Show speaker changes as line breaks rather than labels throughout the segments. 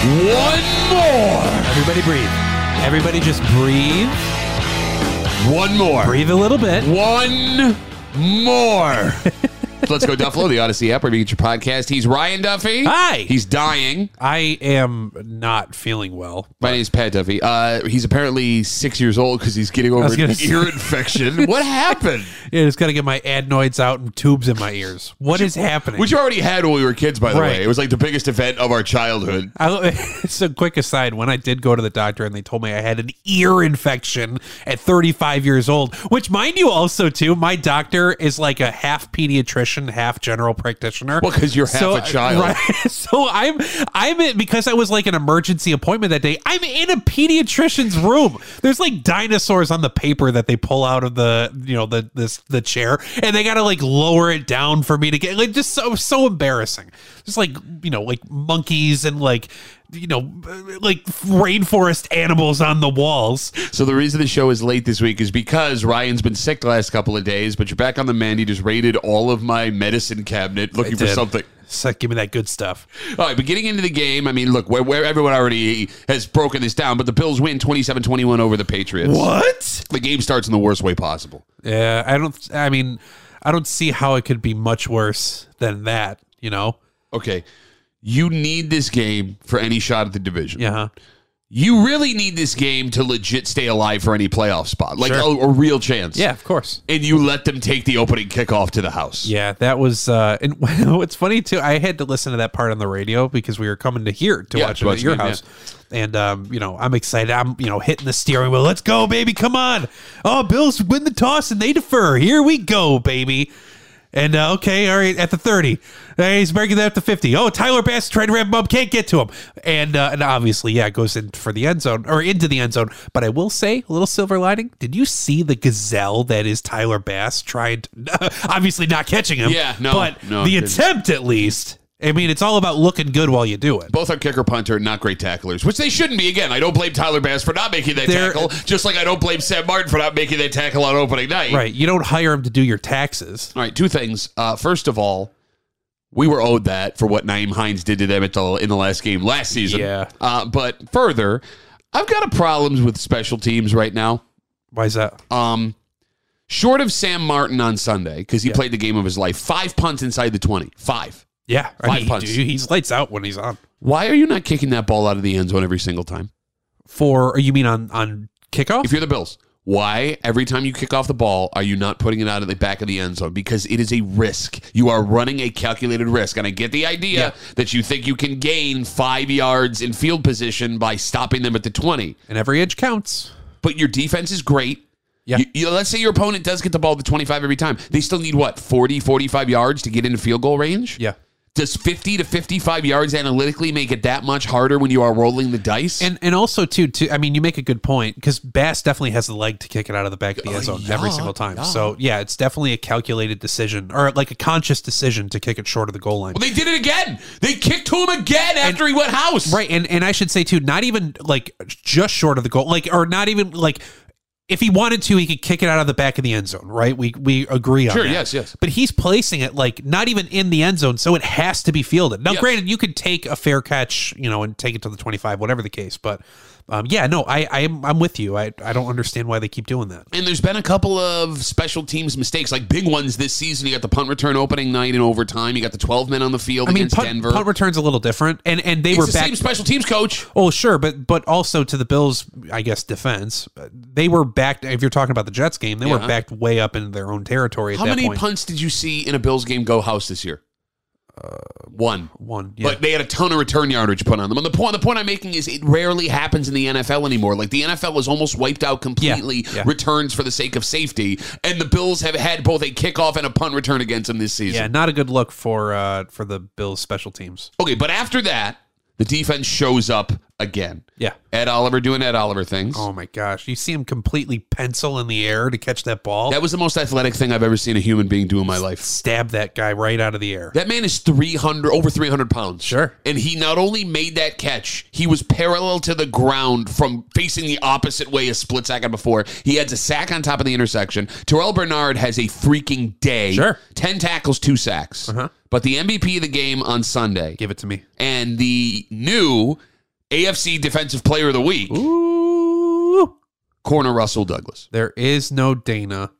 One more.
Everybody breathe. Everybody just breathe.
One more.
Breathe a little bit.
One more. Let's go Duffalo, the Odyssey app, where you get your podcast. He's Ryan Duffy.
Hi.
He's dying.
I am not feeling well.
My name is Pat Duffy. Uh, he's apparently six years old because he's getting over
was
an
gonna
ear
say-
infection. What happened?
Yeah, just gotta get my adenoids out and tubes in my ears. What is happening?
Which you already had when we were kids, by the
Right.
way. It was like the biggest event of our childhood.
I, it's a quick aside. When I did go to the doctor and they told me I had an ear infection at 35 years old, which, mind you, also too, my doctor is like a half pediatrician, half general practitioner.
Well, 'cause you're half a child.
right? so I'm, I'm in, because I was like an emergency appointment that day. I'm in a pediatrician's room. There's like dinosaurs on the paper that they pull out of the, you know, the this the chair, and they gotta like lower it down for me to get like just so so embarrassing. Just like you know, like monkeys and like you know, like rainforest animals on the walls.
So the reason the show is late this week is because Ryan's been sick the last couple of days, but you're back on the mend. He just raided all of my medicine cabinet looking for
Did.
something.
So give me that good stuff.
All right, but getting into the game, I mean, look, where, where everyone already has broken this down, but the Bills win 27 21 over the Patriots.
What?
The game starts in the worst way possible.
Yeah, I don't. I mean, I don't see how it could be much worse than that. You know.
Okay. You need this game for any shot at the division.
Yeah.
You really need this game to legit stay alive for any playoff spot, like
Sure.
a, a real chance.
Yeah, of course.
And you let them take the opening kickoff to the house.
Yeah, that was. Uh, and what's funny too, I had to listen to that part on the radio because we were coming to here to
Yeah,
watch
to
it
watch
at your
the game,
house. And um, you know, I'm excited. I'm you know hitting the steering wheel. Let's go, baby! Come on! Oh, Bills win the toss and they defer. Here we go, baby! And uh, okay, all right, at the 30. Hey, he's breaking that up to 50. Oh, Tyler Bass tried to wrap him up, can't get to him. And uh, and obviously, yeah, it goes in for the end zone or into the end zone. But I will say, a little silver lining. Did you see the gazelle that is Tyler Bass trying to, obviously not catching him?
Yeah, no,
But
no,
the
didn't.
attempt at least. I mean, it's all about looking good while you do it.
Both our kicker punter, not great tacklers, which they shouldn't be. Again, I don't blame Tyler Bass for not making that
They're-
tackle, just like I don't blame Sam Martin for not making that tackle on opening night.
Right. You don't hire him to do your taxes.
All right, two things. Uh, first of all, we were owed that for what Naeem Hines did to them at the, in the last game last season.
Yeah.
Uh, but further, I've got a problems with special teams right now.
Why is that?
Um, short of Sam Martin on Sunday because he played the game of his life, five punts inside the twenty. Five.
Yeah. I
Five
mean,
punts.
dude, he's lights out when he's on.
Why are you not kicking that ball out of the end zone every single time?
For, you mean on, on kickoff?
If you're the Bills, why every time you kick off the ball are you not putting it out at the back of the end zone? Because it is a risk. You are running a calculated risk, and I get the idea
Yeah.
that you think you can gain five yards in field position by stopping them at the twenty.
and every inch counts.
But your defense is great.
Yeah.
You, you- let's say your opponent does get the ball at the 25 every time. They still need what, 40, 45 yards to get into field goal range?
Yeah.
Does 50 to 55 yards analytically make it that much harder when you are rolling the dice?
And and also too, too I mean, you make a good point because Bass definitely has the leg to kick it out of the back of the end zone every
Oh, yeah,
single time.
yeah.
So yeah, it's definitely a calculated decision or like a conscious decision to kick it short of the goal line.
Well, they did it again. They kicked to him again after he went house.
Right, and and I should say too, not even like just short of the goal, like or not even like if he wanted to, he could kick it out of the back of the end zone. Right, we we agree on
Sure,
that.
yes, yes.
But he's placing it like not even in the end zone, so it has to be fielded. Now,
Yeah.
granted, you could take a fair catch, you know, and take it to the twenty five, whatever the case. But um, yeah, no, I I'm, I'm with you. I I don't understand why they keep doing that.
And there's been a couple of special teams mistakes, like big ones this season. You got the punt return opening night in overtime. You got the 12 men on the field
I mean,
against
punt,
Denver.
punt return's a little different, and and they
it's
were
the
back.
same special teams coach.
Oh, sure, but but also to the Bills, I guess defense, uh, they were backed. If you're talking about the Jets game, they were
Yeah.
backed way up into their own territory at
How
that
many
point.
punts did you see in a Bills game go house this year? One.
One, Uh, yeah.
But they had a ton of return yardage put on them. And the point the point I'm making is it rarely happens in the NFL anymore. Like the NFL has almost wiped out completely
yeah.
returns for the sake of safety. And the Bills have had both a kickoff and a punt return against them this season.
yeah, not a good look for uh for the Bills special teams.
Okay, but after that, the defense shows up again.
Yeah.
Ed Oliver doing Ed Oliver things.
Oh my gosh. You see him completely pencil in the air to catch that ball.
That was the most athletic thing I've ever seen a human being do in my life.
Stab that guy right out of the air.
That man is 300 over 300 pounds.
Sure.
And he not only made that catch, he was parallel to the ground from facing the opposite way a split second before. He had a sack on top of the intersection. Terrell Bernard has a freaking day.
Sure.
10 tackles, 2 sacks.
Uh-huh.
But the MVP of the game on Sunday
Give it to me.
and the new AFC defensive player of the week,
Ooh.
corner Russell Douglas.
There is no Dana,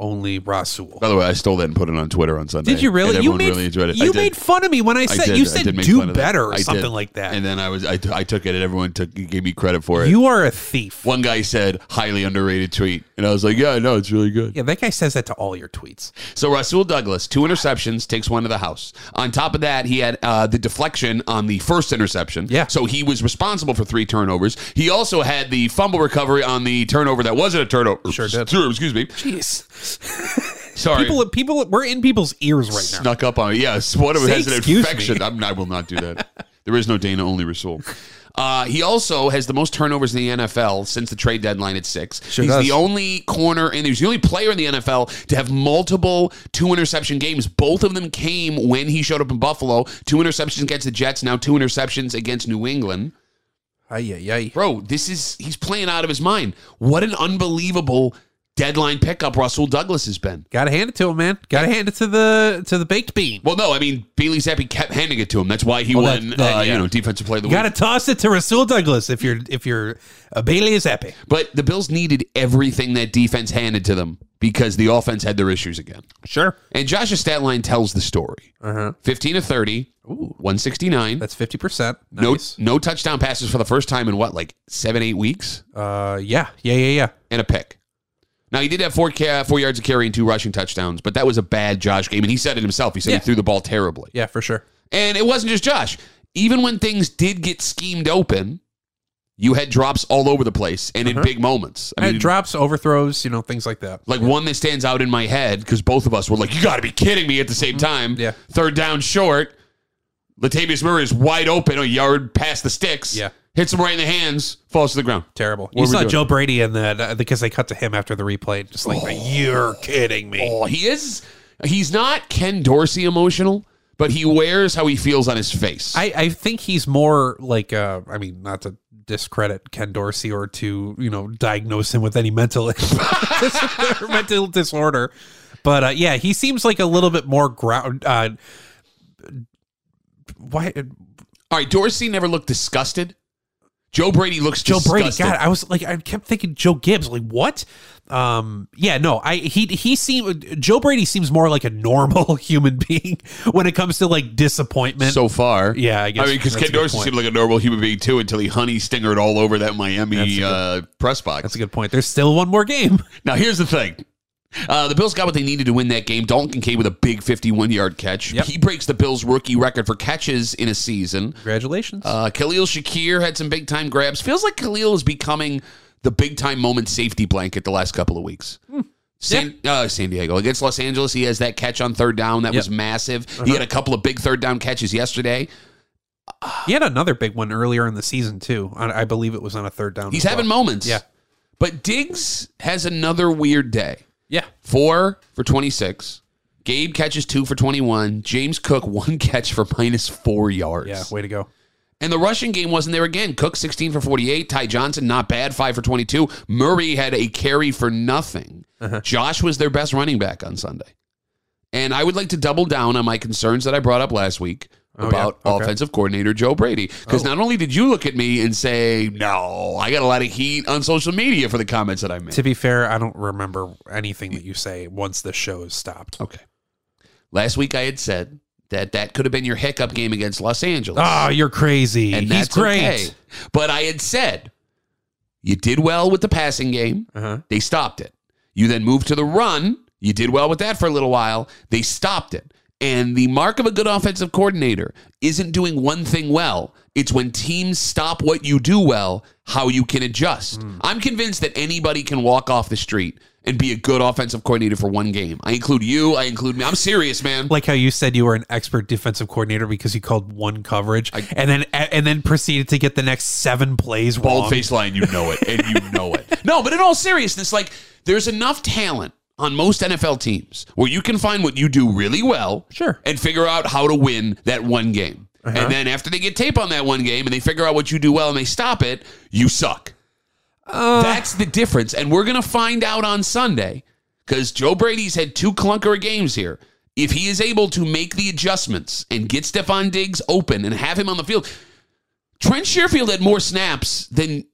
only Rasul.
By the way, I stole that and put it on Twitter on Sunday.
Did you
And
really? You
everyone
made,
really enjoyed it. I
You
did.
made fun of me when I
I
said
did.
you
I
said
did make fun
do
of that.
better
I
or
did.
something like that.
and then I was I, t- I took it and everyone took gave me credit for it.
you are a thief.
One guy said highly underrated tweet, and I was like, yeah, I know it's really good.
Yeah, that guy says that to all your tweets.
So Rasul Douglas, two interceptions, takes one to the house. On top of that, he had uh, the deflection on the first interception.
Yeah.
So he was responsible for three turnovers. He also had the fumble recovery on the turnover that wasn't a turnover.
Sure did.
Excuse me.
Jeez.
Sorry.
People people we're in people's ears right now.
snuck up on it. Yes, one of it
Say
has an
excuse me.
infection. I'm, I will not do that. there is no Dana, only Rasul. Uh, he also has the most turnovers in the NFL since the trade deadline at six.
Sure
he's
does.
the only corner, and he's the only player in the NFL to have multiple two interception games. Both of them came when he showed up in Buffalo. Two interceptions against the Jets, now two interceptions against New England.
Ay, ay, ay.
Bro, this is he's playing out of his mind. What an unbelievable deadline pickup Russell Douglas has been.
Gotta hand it to him, man. Gotta hand it to the to the baked bean.
Well, no, I mean Bailey Zappi kept handing it to him. That's why he
Well,
won,
Oh, that- that,
uh,
yeah.
you know, defensive player of the
Gotta
week.
toss it to Rasul Douglas if you're if you're a Bailey is epic.
But the Bills needed everything that defense handed to them because the offense had their issues again.
Sure.
And Josh's stat line tells the story:
Uh-huh.
fifteen to thirty, one sixty nine.
That's fifty percent.
No,
Nice.
no touchdown passes for the first time in what, like seven, eight weeks,
Uh yeah, yeah, yeah, yeah.
and a pick. Now he did have four ca- four yards of carry and two rushing touchdowns, but that was a bad Josh game, and he said it himself. He said
Yeah.
he threw the ball terribly.
Yeah, for sure.
And it wasn't just Josh. Even when things did get schemed open, you had drops all over the place and in big moments. I
Uh-huh. I
mean,
Uh, drops, overthrows, you know, things like that.
like one that stands out in my head because both of us were like, "You got to be kidding me!" At the same time,
Mm-hmm. Yeah.
Third down, short. Latavius Murray is wide open, a yard past the sticks.
Yeah.
hits him right in the hands, falls to the ground.
Terrible.
were we
you saw
doing?
Joe Brady in that uh, because they cut to him after the replay, just like you're kidding me.
Oh, he is. He's not Ken Dorsey emotional, but he wears how he feels on his face.
I, I think he's more like uh I mean not to discredit Ken Dorsey or to you know diagnose him with any mental or mental disorder, but uh, yeah, he seems like a little bit more ground. Uh, why uh,
all right, Dorsey never looked disgusted. Joe Brady looks
Joe Brady?
disgusted.
God, I was like I kept thinking Joe Gibbs. Like what? Um, yeah, no, I he he seemed Joe Brady seems more like a normal human being when it comes to like disappointment.
so far.
yeah, I guess
I mean, because
that's a
Ken
good
Dorsey
point.
seemed like a normal human being too until he honey stingered all over that Miami
good-
uh, press box.
That's a good point. There's still one more game.
Now, here's the thing. Uh, the Bills got what they needed to win that game. Dalton Kincaid with a big 51 yard catch.
Yep.
He breaks the Bills' rookie record for catches in a season.
Congratulations.
Uh, Khalil Shakir had some big time grabs. Feels like Khalil is becoming the big time moment safety blanket the last couple of weeks.
Hmm.
San, uh, San Diego against Los Angeles, he has that catch on third down that
Yep.
was
Uh-huh.
massive. He had a couple of big third down catches yesterday.
He had another big one earlier in the season too. On, I believe it was on a third down.
He's
as well.
having moments.
Yeah.
But Diggs has another weird day.
yeah.
Four for 26. Gabe catches two for 21. James Cook, one catch for minus four yards.
Yeah, way to go.
And the rushing game wasn't there again. Cook, 16 for 48. Ty Johnson, not bad, five for 22. Murray had a carry for nothing.
Uh-huh.
Josh was their best running back on Sunday. And I would like to double down on my concerns that I brought up last week
Oh,
about
yeah. Okay. Oh.
offensive coordinator Joe Brady. Because not only did you look at me and say, no, I got a lot of heat on social media for the comments that I made.
To be fair, I don't remember anything that you say once the show is stopped.
Okay. Last week I had said that that could have been your hiccup game against Los Angeles.
Oh, you're crazy.
and
He's
that's
great.
okay. But I had said you did well with the passing game.
Uh-huh.
They stopped it. You then moved to the run. You did well with that for a little while. They stopped it. And the mark of a good offensive coordinator isn't doing one thing well. It's when teams stop what you do well, how you can adjust.
Hmm.
I'm convinced that anybody can walk off the street and be a good offensive coordinator for one game. I include you. I include me. I'm serious, man.
Like how you said you were an expert defensive coordinator because you called one coverage and then and then proceeded to get the next seven plays
bald
wrong.
face line, you know it, and you know it. No, but in all seriousness, like there's enough talent on most NFL teams where you can find what you do really well,
Sure.
and figure out how to win that one game. And then after they get tape on that one game and they figure out what you do well and they stop it, you suck. That's the difference, and we're gonna find out on Sunday because Joe Brady's had two clunker games here. If he is able to make the adjustments and get Stephon Diggs open and have him on the field, Trent Sherfield had more snaps than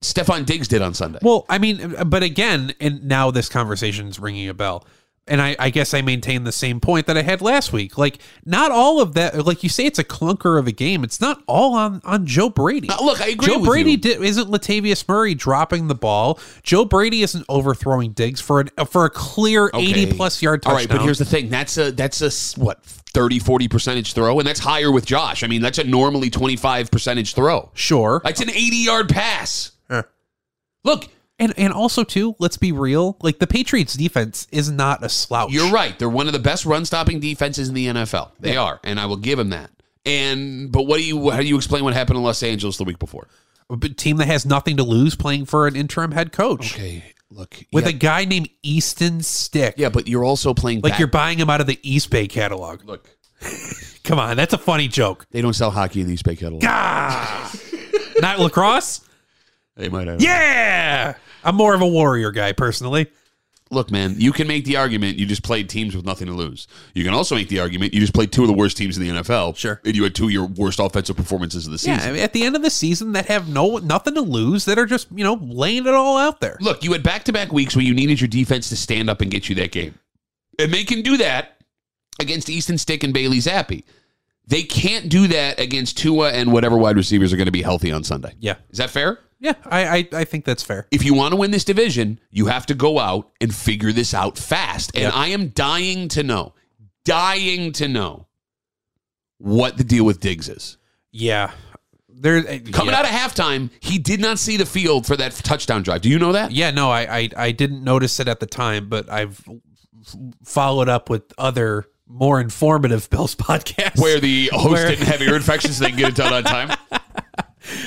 Stefan Diggs did on Sunday.
Well, I mean, but again, and now this conversation's ringing a bell. And I, I guess I maintain the same point that I had last week. Like, not all of that. Like you say, it's a clunker of a game. It's not all on on Joe Brady.
Uh, look, I agree
Joe
with
Brady
you.
Di- isn't Latavius Murray dropping the ball. Joe Brady isn't overthrowing Diggs for an for a clear eighty plus yard touchdown.
All right, but here's the thing. That's a that's a s- what 30 40 percentage throw and that's higher with Josh. I mean, that's a normally 25 percentage throw.
sure.
That's an 80-yard pass. Look,
and and also too, let's be real. Like the Patriots defense is not a slouch.
You're right. They're one of the best run stopping defenses in the NFL. They are, and I will give him that. And but what do you how do you explain what happened in Los Angeles the week before?
a b- team that has nothing to lose playing for an interim head coach
Okay, look.
with
yeah,
a guy named Easton Stick.
yeah, but you're also playing
Like
back-
you're buying him out of the East Bay catalog.
look.
Come on, that's a funny joke.
They don't sell hockey in East Bay Catalog.
Ah! Not lacrosse?
They might have.
Yeah. I'm more of a warrior guy personally.
Look, man, you can make the argument you just played teams with nothing to lose. You can also make the argument you just played two of the worst teams in the NFL.
Sure.
And you had two of your worst offensive performances of the season.
Yeah, I mean, at the end of the season that have no nothing to lose that are just, you know, laying it all out there.
Look, you had back to back weeks where you needed your defense to stand up and get you that game. And they can do that against Easton Stick and Bailey Zappi. They can't do that against Tua and whatever wide receivers are going to be healthy on Sunday.
Yeah.
Is that fair?
Yeah, I I, I think that's fair.
If you want to win this division, you have to go out and figure this out fast. And
Yep.
I am dying to know, dying to know what the deal with Diggs is.
Yeah. There eh,
Coming
yeah.
out of halftime, he did not see the field for that touchdown drive. Do you know that?
Yeah, no, I, I I didn't notice it at the time, but I've f- followed up with other more informative Bills podcasts.
Where the host
Where-
didn't have ear infections, they can get it done on time.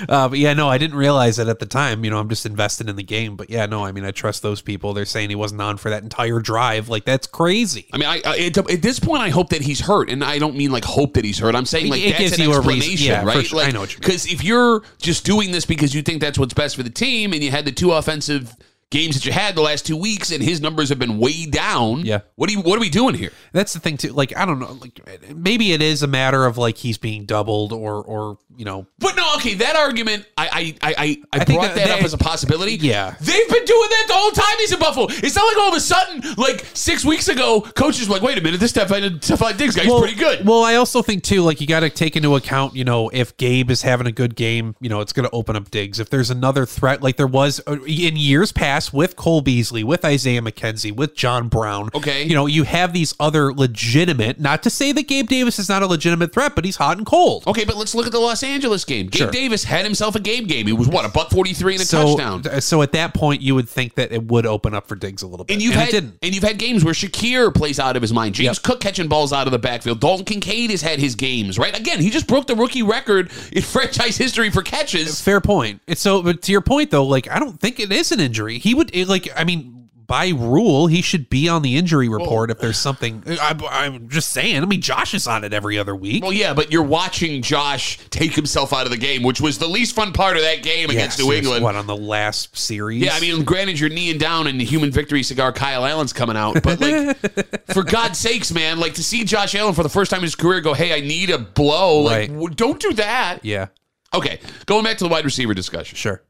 uh, but yeah, no, I didn't realize it at the time. You know, I'm just invested in the game, but yeah, no, I mean, I trust those people. They're saying he wasn't on for that entire drive. Like that's crazy.
I mean, I, I at, at this point, I hope that he's hurt, and I don't mean like hope that he's hurt. I'm saying like
It
that's
gives
an
you a reason-
explanation,
yeah, for
right?
sure. I
Like,
know what you mean.
because if you're just doing this because you think that's what's best for the team, and you had the two offensive games that you had the last two weeks, and his numbers have been way down.
Yeah.
what do you what are we doing here?
That's the thing too. Like I don't know. Like maybe it is a matter of like he's being doubled or or you know
But no, okay, that argument, I I I, I, I
think
brought that,
that they-
up as a possibility.
Yeah.
They've been doing that the whole time he's in Buffalo. It's not like all of a sudden, like six weeks ago, coaches were like, wait a minute, this Stefan, Stefan Diggs guy is pretty good.
Well, I also think too, like you got to take into account, you know, if Gabe is having a good game, you know, it's going to open up digs. If there's another threat, like there was uh, in years past with Cole Beasley, with Isaiah McKenzie, with John Brown.
Okay.
you know, you have these other legitimate. Not to say that Gabe Davis is not a legitimate threat, but he's hot and cold.
Okay, but let's look at the Los Angeles game. Gabe
Sure.
Davis had himself a game game. He was what a buck forty three and a
so,
touchdown.
th- so at that point, you would think that it would open up for digs a little bit,
And you've
it
had
didn't.
and you've had games where Shakir plays out of his mind. James Cook catching balls out of the backfield. Dalton Kincaid has had his games right. Again, he just broke the rookie record in franchise history for catches.
Fair point. It's so, but to your point though, like I don't think it is an injury. He would it, like, I mean, by rule, he should be on the injury report if there's something. I, I'm just saying. I mean, Josh is on it every other week.
Well, yeah, but you're watching Josh take himself out of the game, which was the least fun part of that game against
Yes,
New
yes,
England.
What on the last series?
Yeah, I mean, granted, you're kneeling down and the human victory cigar Kyle Allen's coming out, but like, for God's sakes, man, like to see Josh Allen for the first time in his career go, hey, I need a blow. Like,
Right.
w- don't do that.
yeah,
Okay, going back to the wide receiver discussion.
sure.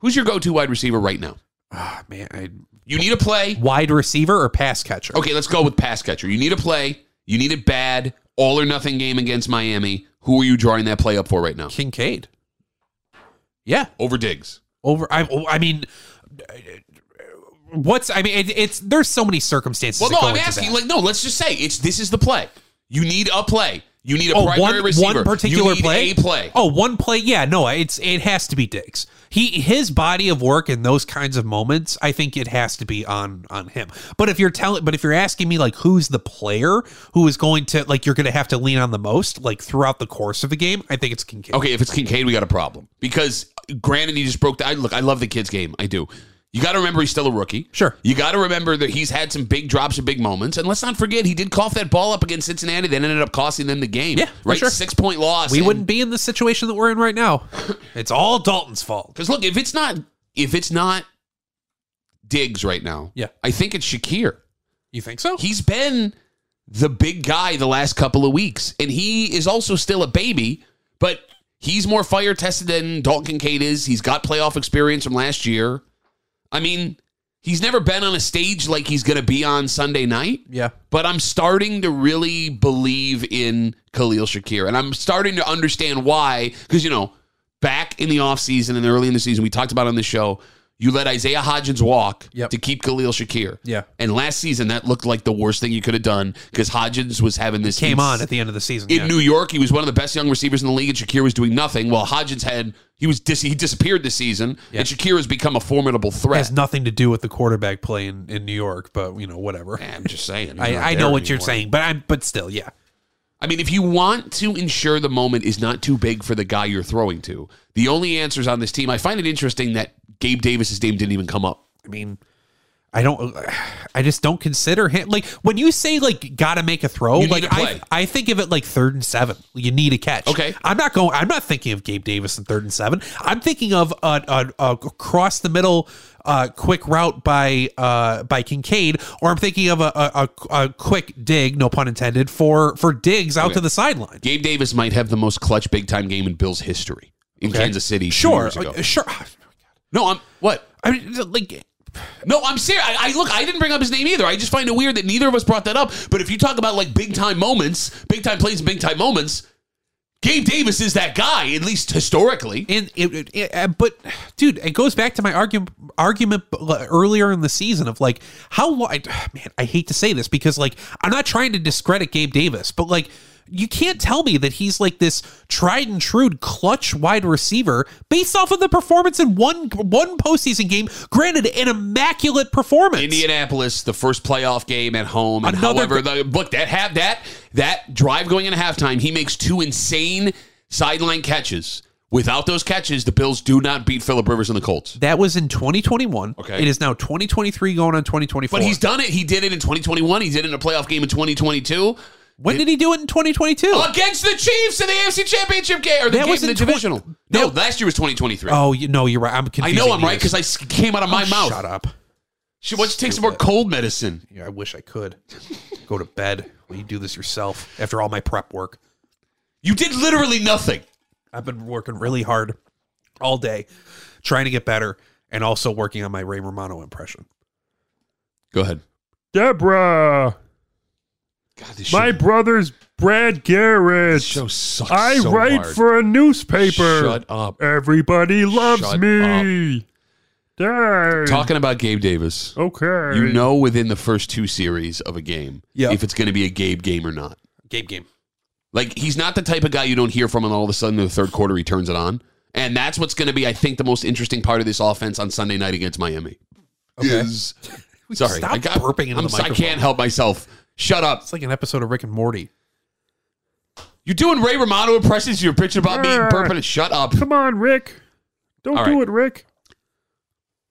Who's your go to wide receiver right now?
Ah, man, I,
You need a play.
wide receiver or pass catcher?
Okay, let's go with pass catcher. You need a play. You need a bad, all or nothing game against Miami. Who are you drawing that play up for right now?
Kincaid. Yeah,
Over Diggs.
over. I, oh, I mean. What's I mean? It, it's there's so many circumstances.
Well,
that
no,
go
I'm
into
asking.
that.
Like, no, let's just say it's this is the play. You need a play. You need a
Oh,
primary
one,
receiver.
one particular
you need
play.
A play.
Oh, one play. Yeah, no, it's it has to be Diggs. He his body of work in those kinds of moments, I think it has to be on on him. But if you're telling, but if you're asking me like who's the player who is going to like you're going to have to lean on the most like throughout the course of a game, I think it's Kincaid.
Okay, if it's Kincaid, we got a problem because granted he just broke. The, I look, I love the kid's game. I do. You got to remember he's still a rookie.
Sure.
You got to remember that he's had some big drops and big moments, and let's not forget he did cough that ball up against Cincinnati that ended up costing them the game.
Yeah, for
right.
sure.
Six point loss.
We wouldn't be in the situation that we're in right now. It's all Dalton's fault.
because look if it's not if it's not Diggs right now.
Yeah.
I think it's Shakir.
You think so?
he's been the big guy the last couple of weeks, and he is also still a baby, but he's more fire tested than Dalton Kincaid is. He's got playoff experience from last year. I mean, he's never been on a stage like he's going to be on Sunday night.
Yeah.
But I'm starting to really believe in Khalil Shakir. And I'm starting to understand why. Because, you know, back in the offseason and early in the season, we talked about on the show, you let Isaiah Hodgins walk
Yep.
to keep Khalil Shakir.
Yeah.
And last season, that looked like the worst thing you could have done because Hodgins was having this.
Came
ins-
on at the end of the season.
In
yeah.
New York, he was one of the best young receivers in the league, and Shakir was doing nothing. While Hodgins had, he was dis- he disappeared this season, and Shakir has become a formidable threat.
has nothing to do with the quarterback play in, in New York, but you know, whatever.
I'm just saying.
I, I know what you're saying, but I'm but still, yeah.
I mean, if you want to ensure the moment is not too big for the guy you're throwing to, the only answers on this team, I find it interesting that Gabe Davis's name didn't even come up.
I mean, I don't. I just don't consider him like when you say like gotta make a throw.
You need
like
a play.
I, I think of it like third and seven. You need a catch.
Okay.
I'm not going. I'm not thinking of Gabe Davis in third and seven. I'm thinking of a, a, a cross the middle, uh, quick route by uh by Kincaid, or I'm thinking of a a, a, a quick dig, no pun intended, for for digs out
Okay.
to the sideline.
Gabe Davis might have the most clutch big time game in Bills history in
Okay.
Kansas City. two
Sure,
years ago.
sure.
No, I'm what?
I mean, like
No, I'm serious. I, I look. I didn't bring up his name either. I just find it weird that neither of us brought that up. But if you talk about like big time moments, big time plays, and big time moments, Gabe Davis is that guy, at least historically.
And it, it, it- uh, but dude, it goes back to my argument argument earlier in the season of like how long. Man, I hate to say this because like I'm not trying to discredit Gabe Davis, but like you can't tell me that he's like this tried and true clutch wide receiver based off of the performance in one one postseason game. Granted, an immaculate performance.
Indianapolis, the first playoff game at home, and
Another-
however, the, look that have that that drive going into halftime, he makes two insane sideline catches. Without those catches, the Bills do not beat Philip Rivers and the Colts.
That was in 2021.
Okay.
it is now 2023, going on 2024.
But he's done it. He did it in 2021. He did it in a playoff game in 2022
when did he do it in 2022?
against the Chiefs in the AFC Championship game or the
That
game
was
in the
in twen-
divisional. no, last year was 2023.
oh, you no, you're right. I'm
I
confused.
know I'm right because I s- came out of my mouth.
Shut up.
She wants to take some more cold medicine.
Yeah, I wish I could go to bed. Will you do this yourself after all my prep work?
You did literally nothing.
I've been working really hard all day trying to get better and also working on my Ray Romano impression.
Go ahead.
Deborah,
God, this
my
show-
brother's Brad Garrett.
this show sucks.
I
so
write
hard.
for a newspaper.
Shut up.
Everybody loves
Shut
me. Dang.
Talking about Gabe Davis,
Oh, okay.
you know within the first two series of a game
Yeah.
if it's going to be a Gabe game or not.
Game, game.
Like he's not the type of guy you don't hear from, and all of a sudden in the third quarter he turns it on, and that's what's going to be, I think, the most interesting part of this offense on Sunday night against Miami. Is sorry,
Stop
I got
burping into
I'm
the
so- I
microphone.
can't help myself. Shut up.
It's like an episode of Rick and Morty.
You're doing Ray Romano impressions. You're bitching about me burping. it. Shut up.
Come on, Rick. Don't
All
do
right.
it, Rick.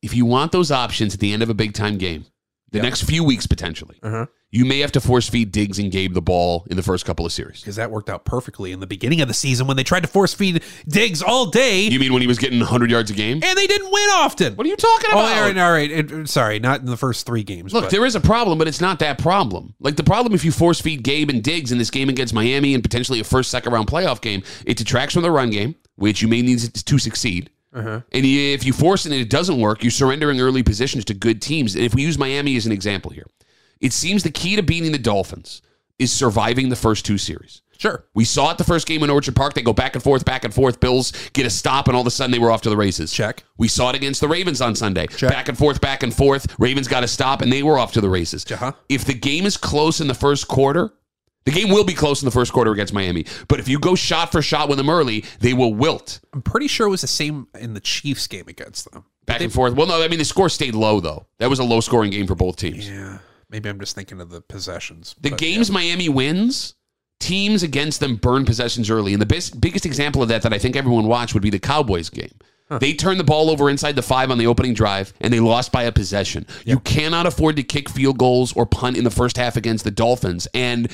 if you want those options at the end of a big time game, the next few weeks potentially,
Uh-huh.
you may have to force feed Diggs and Gabe the ball in the first couple of series.
Because that worked out perfectly in the beginning of the season when they tried to force feed Diggs all day
You mean when he was getting 100 yards a game?
and they didn't win often.
What are you talking
oh,
about?
all right, all right. It- it- sorry, not in the first three games.
Look,
but-
there is a problem, but it's not that problem. Like the problem if you force feed Gabe and Diggs in this game against Miami and potentially a first second round playoff game, it detracts from the run game, which you may need to succeed.
Uh-huh.
And if you force it and it doesn't work, you're surrendering early positions to good teams. And if we use Miami as an example here, it seems the key to beating the Dolphins is surviving the first two series.
sure.
We saw it the first game in Orchard Park. They go back and forth, back and forth. Bills get a stop, and all of a sudden they were off to the races.
Check.
We saw it against the Ravens on Sunday. Back and forth, back and forth. Ravens got a stop, and they were off to the races.
Uh-huh.
If the game is close in the first quarter, The game will be close in the first quarter against Miami, but if you go shot for shot with them early, they will wilt
I'm pretty sure it was the same in the Chiefs game against them.
back and forth. Well, no, I mean the score stayed low though. That was a low scoring game for both teams.
Yeah. Maybe I'm just thinking of the possessions.
The
but
games
yeah.
Miami wins, teams against them burn possessions early. And the best, biggest example of that that I think everyone watched would be the Cowboys game. They turned the ball over inside the five on the opening drive, and they lost by a possession. You cannot afford to kick field goals or punt in the first half against the Dolphins. And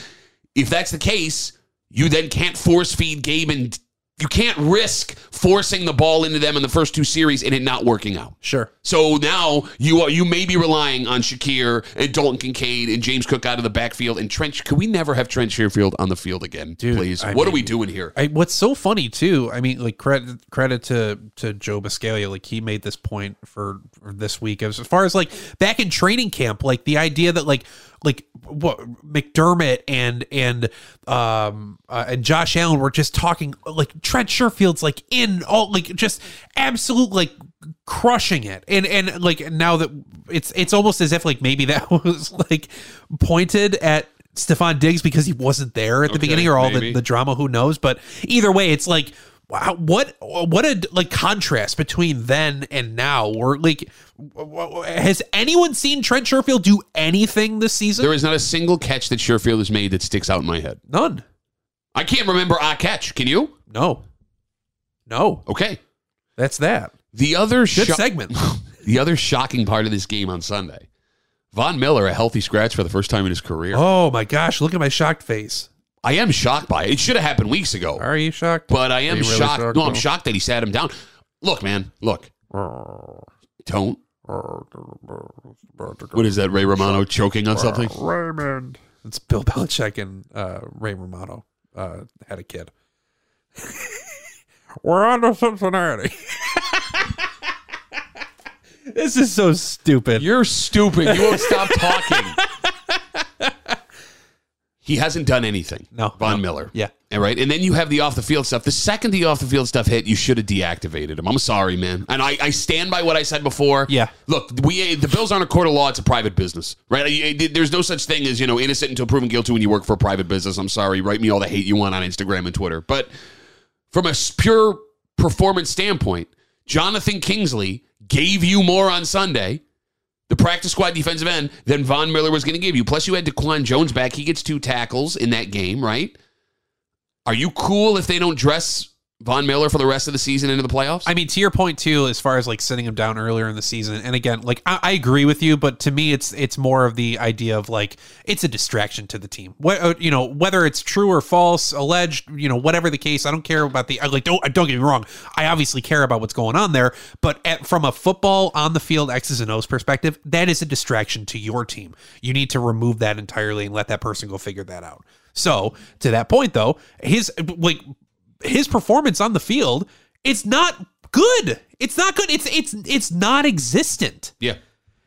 if that's the case, you then can't force feed Gabe and you can't risk forcing the ball into them in the first two series and it not working out.
Sure.
So now you are you may be relying on Shakir and Dalton Kincaid and James Cook out of the backfield and Trench. Can we never have Trench Sheerfield on the field again,
Dude,
please?
I
what are
mean-
we doing here?
I, what's so funny too, I mean, like credit credit to to Joe Biscaglia, like he made this point for, for this week as far as like back in training camp, like the idea that like like what McDermott and and um uh, and Josh Allen were just talking like Trent Sherfield's like in all like just absolute like crushing it and and like now that it's it's almost as if like maybe that was like pointed at Stefan Diggs because he wasn't there at the
Okay,
beginning or all
maybe.
the, the drama who knows but either way it's like wow, what what a like contrast between then and now or like w- w- has anyone seen Trent Sherfield do anything this season
There is not a single catch that Sheerfield has made that sticks out in my head.
none
I can't remember a catch. Can you?
no no
Okay.
that's that
The other
good
sho-
segment
the other shocking part of this game on Sunday, Von Miller a healthy scratch for the first time in his career.
oh my gosh look at my shocked face
I am shocked by it. It should have happened weeks ago.
are you shocked
But I am
Are you really
shocked.
shocked,
No, I'm
though?
shocked that he sat him down. Look, man, look. Don't. What is that, Ray Romano choking on something?
Raymond.
It's Bill Belichick and uh, Ray Romano uh, had a kid. We're on to Cincinnati. this is so stupid.
You're stupid. You won't stop talking. He hasn't done anything.
No,
Von
no.
Miller.
yeah.
All right. And then you have the off the field stuff. The second the off the field stuff hit, you should have deactivated him. I'm sorry, man. And I, I stand by what I said before.
Yeah.
Look, we the Bills aren't a court of law. It's a private business, right? I- I- There's no such thing as, you know, innocent until proven guilty when you work for a private business. I'm sorry. Write me all the hate you want on Instagram and Twitter. But from a s- pure performance standpoint, Jonathan Kingsley gave you more on Sunday the practice squad defensive end than Von Miller was going to give you. Plus, you had Daquan Jones back. He gets two tackles in that game, right? Are you cool if they don't dress Von Miller for the rest of the season into the playoffs?
I mean, to your point too, as far as like sitting him down earlier in the season, and again, like I, I agree with you, but to me, it's it's more of the idea of like it's a distraction to the team. What uh, you know, whether it's true or false, alleged, you know, whatever the case, I don't care about the I, like. Don't uh, don't get me wrong, I obviously care about what's going on there, but at, from a football on the field X's and O's perspective, that is a distraction to your team. You need to remove that entirely and let that person go figure that out. So to that point, though, his like his performance on the field it's not good it's not good it's it's it's not existent
yeah.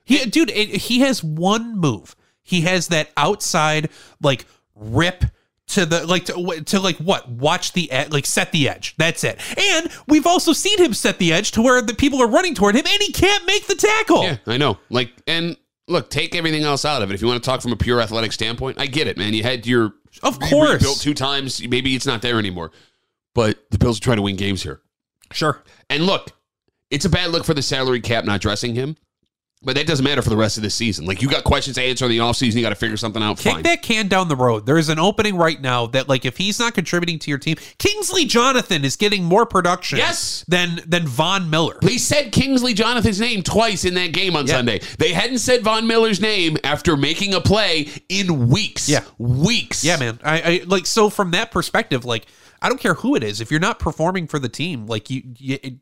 he, dude it, he has one move he has that outside like rip to the like to, to like what watch the ed- like set the edge that's it and we've also seen him set the edge to where the people are running toward him and he can't make the tackle
Yeah, I know. Like, and look, take everything else out of it. If you want to talk from a pure athletic standpoint, I get it, man. You had your
of
you
course
rebuilt two times. Maybe it's not there anymore. But the Bills are trying to win games here.
sure
And look, it's a bad look for the salary cap not dressing him, but that doesn't matter for the rest of this season. Like you got questions to answer in the offseason, you got to figure something out.
Kick
Fine.
that can down the road. There is an opening right now that, like, if he's not contributing to your team, Kingsley Jonathan is getting more production
Yes.
than than Von Miller.
They said Kingsley Jonathan's name twice in that game on
Yeah.
Sunday. They hadn't said Von Miller's name after making a play in weeks.
Yeah.
Weeks.
Yeah, man. I, I like so from that perspective, like, I don't care who it is. If you're not performing for the team, like you, you it,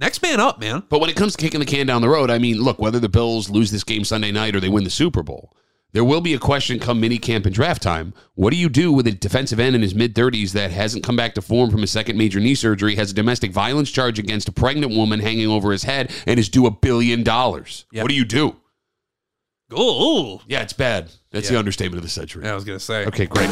next man up, man.
But when it comes to kicking the can down the road, I mean, look, whether the Bills lose this game Sunday night or they win the Super Bowl, there will be a question come minicamp and draft time. What do you do with a defensive end in his mid 30s that hasn't come back to form from his second major knee surgery, has a domestic violence charge against a pregnant woman hanging over his head, and is due a billion dollars?
Yep.
What do you do?
Oh,
Yeah, it's bad. That's the understatement of the century.
I was gonna say.
Okay, great.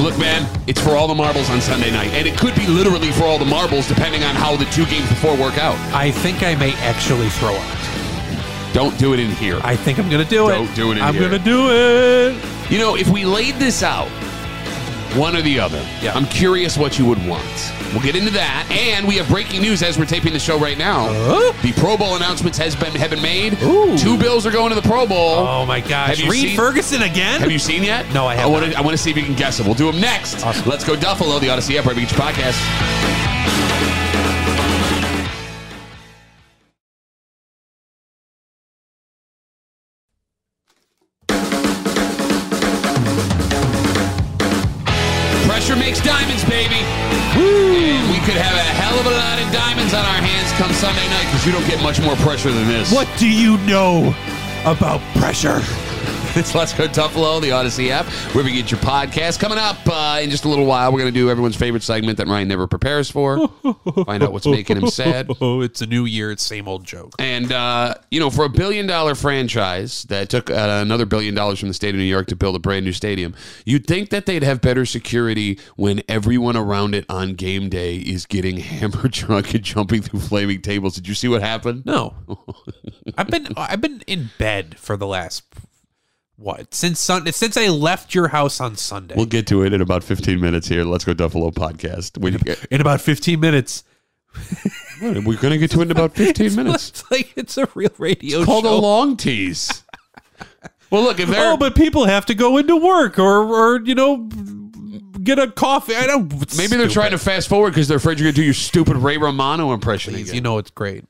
Look, man, it's for all the marbles on Sunday night, and it could be literally for all the marbles, depending on how the two games before work out.
I think I may actually throw up.
Don't do it in here.
I think I'm gonna do it.
Don't do it in
I'm
here.
gonna do it.
You know, if we laid this out, one or the other,
Yeah.
I'm curious what you would want. We'll get into that, and we have breaking news as we're taping the show right now.
Huh?
The Pro Bowl announcements has been have been made.
Ooh.
Two Bills are going to the Pro Bowl.
Oh my gosh.
Have you
Reed
seen-
Ferguson again?
Have you seen yet?
No, I have
I want
not.
to. I want to see if you can guess it. We'll do them next.
Awesome.
Let's go, Duffalo, the Odyssey App, right Beach podcast. Pressure makes diamonds, baby. And we could have a hell of a lot of diamonds on our hands come Sunday night because you don't get much more pressure than this.
What do you know about pressure?
It's Let's Go Tuffalo, the Odyssey app, wherever you get your podcast. Coming up uh, in just a little while, we're going to do everyone's favorite segment that Ryan never prepares for. Find out what's making him sad.
Oh, it's a new year. It's same old joke.
And, uh, you know, for a billion dollar franchise that took uh, another billion dollars from the state of New York to build a brand new stadium, you'd think that they'd have better security when everyone around it on game day is getting hammered drunk and jumping through flaming tables. Did you see what happened?
No, I've been I've been in bed for the last what since sun since I left your house on Sunday.
We'll get to it in about 15 minutes here. Let's go Duffalo podcast. When you get,
in about fifteen minutes.
we're going to get to it in about 15 minutes.
It's like it's a real radio
called a
show.
long tease. well, look if they're
oh, but people have to go into work or or you know get a coffee. I don't.
maybe they're trying to fast forward because they're afraid you're gonna do your stupid Ray Romano impression.
Please,
again.
you know it's great.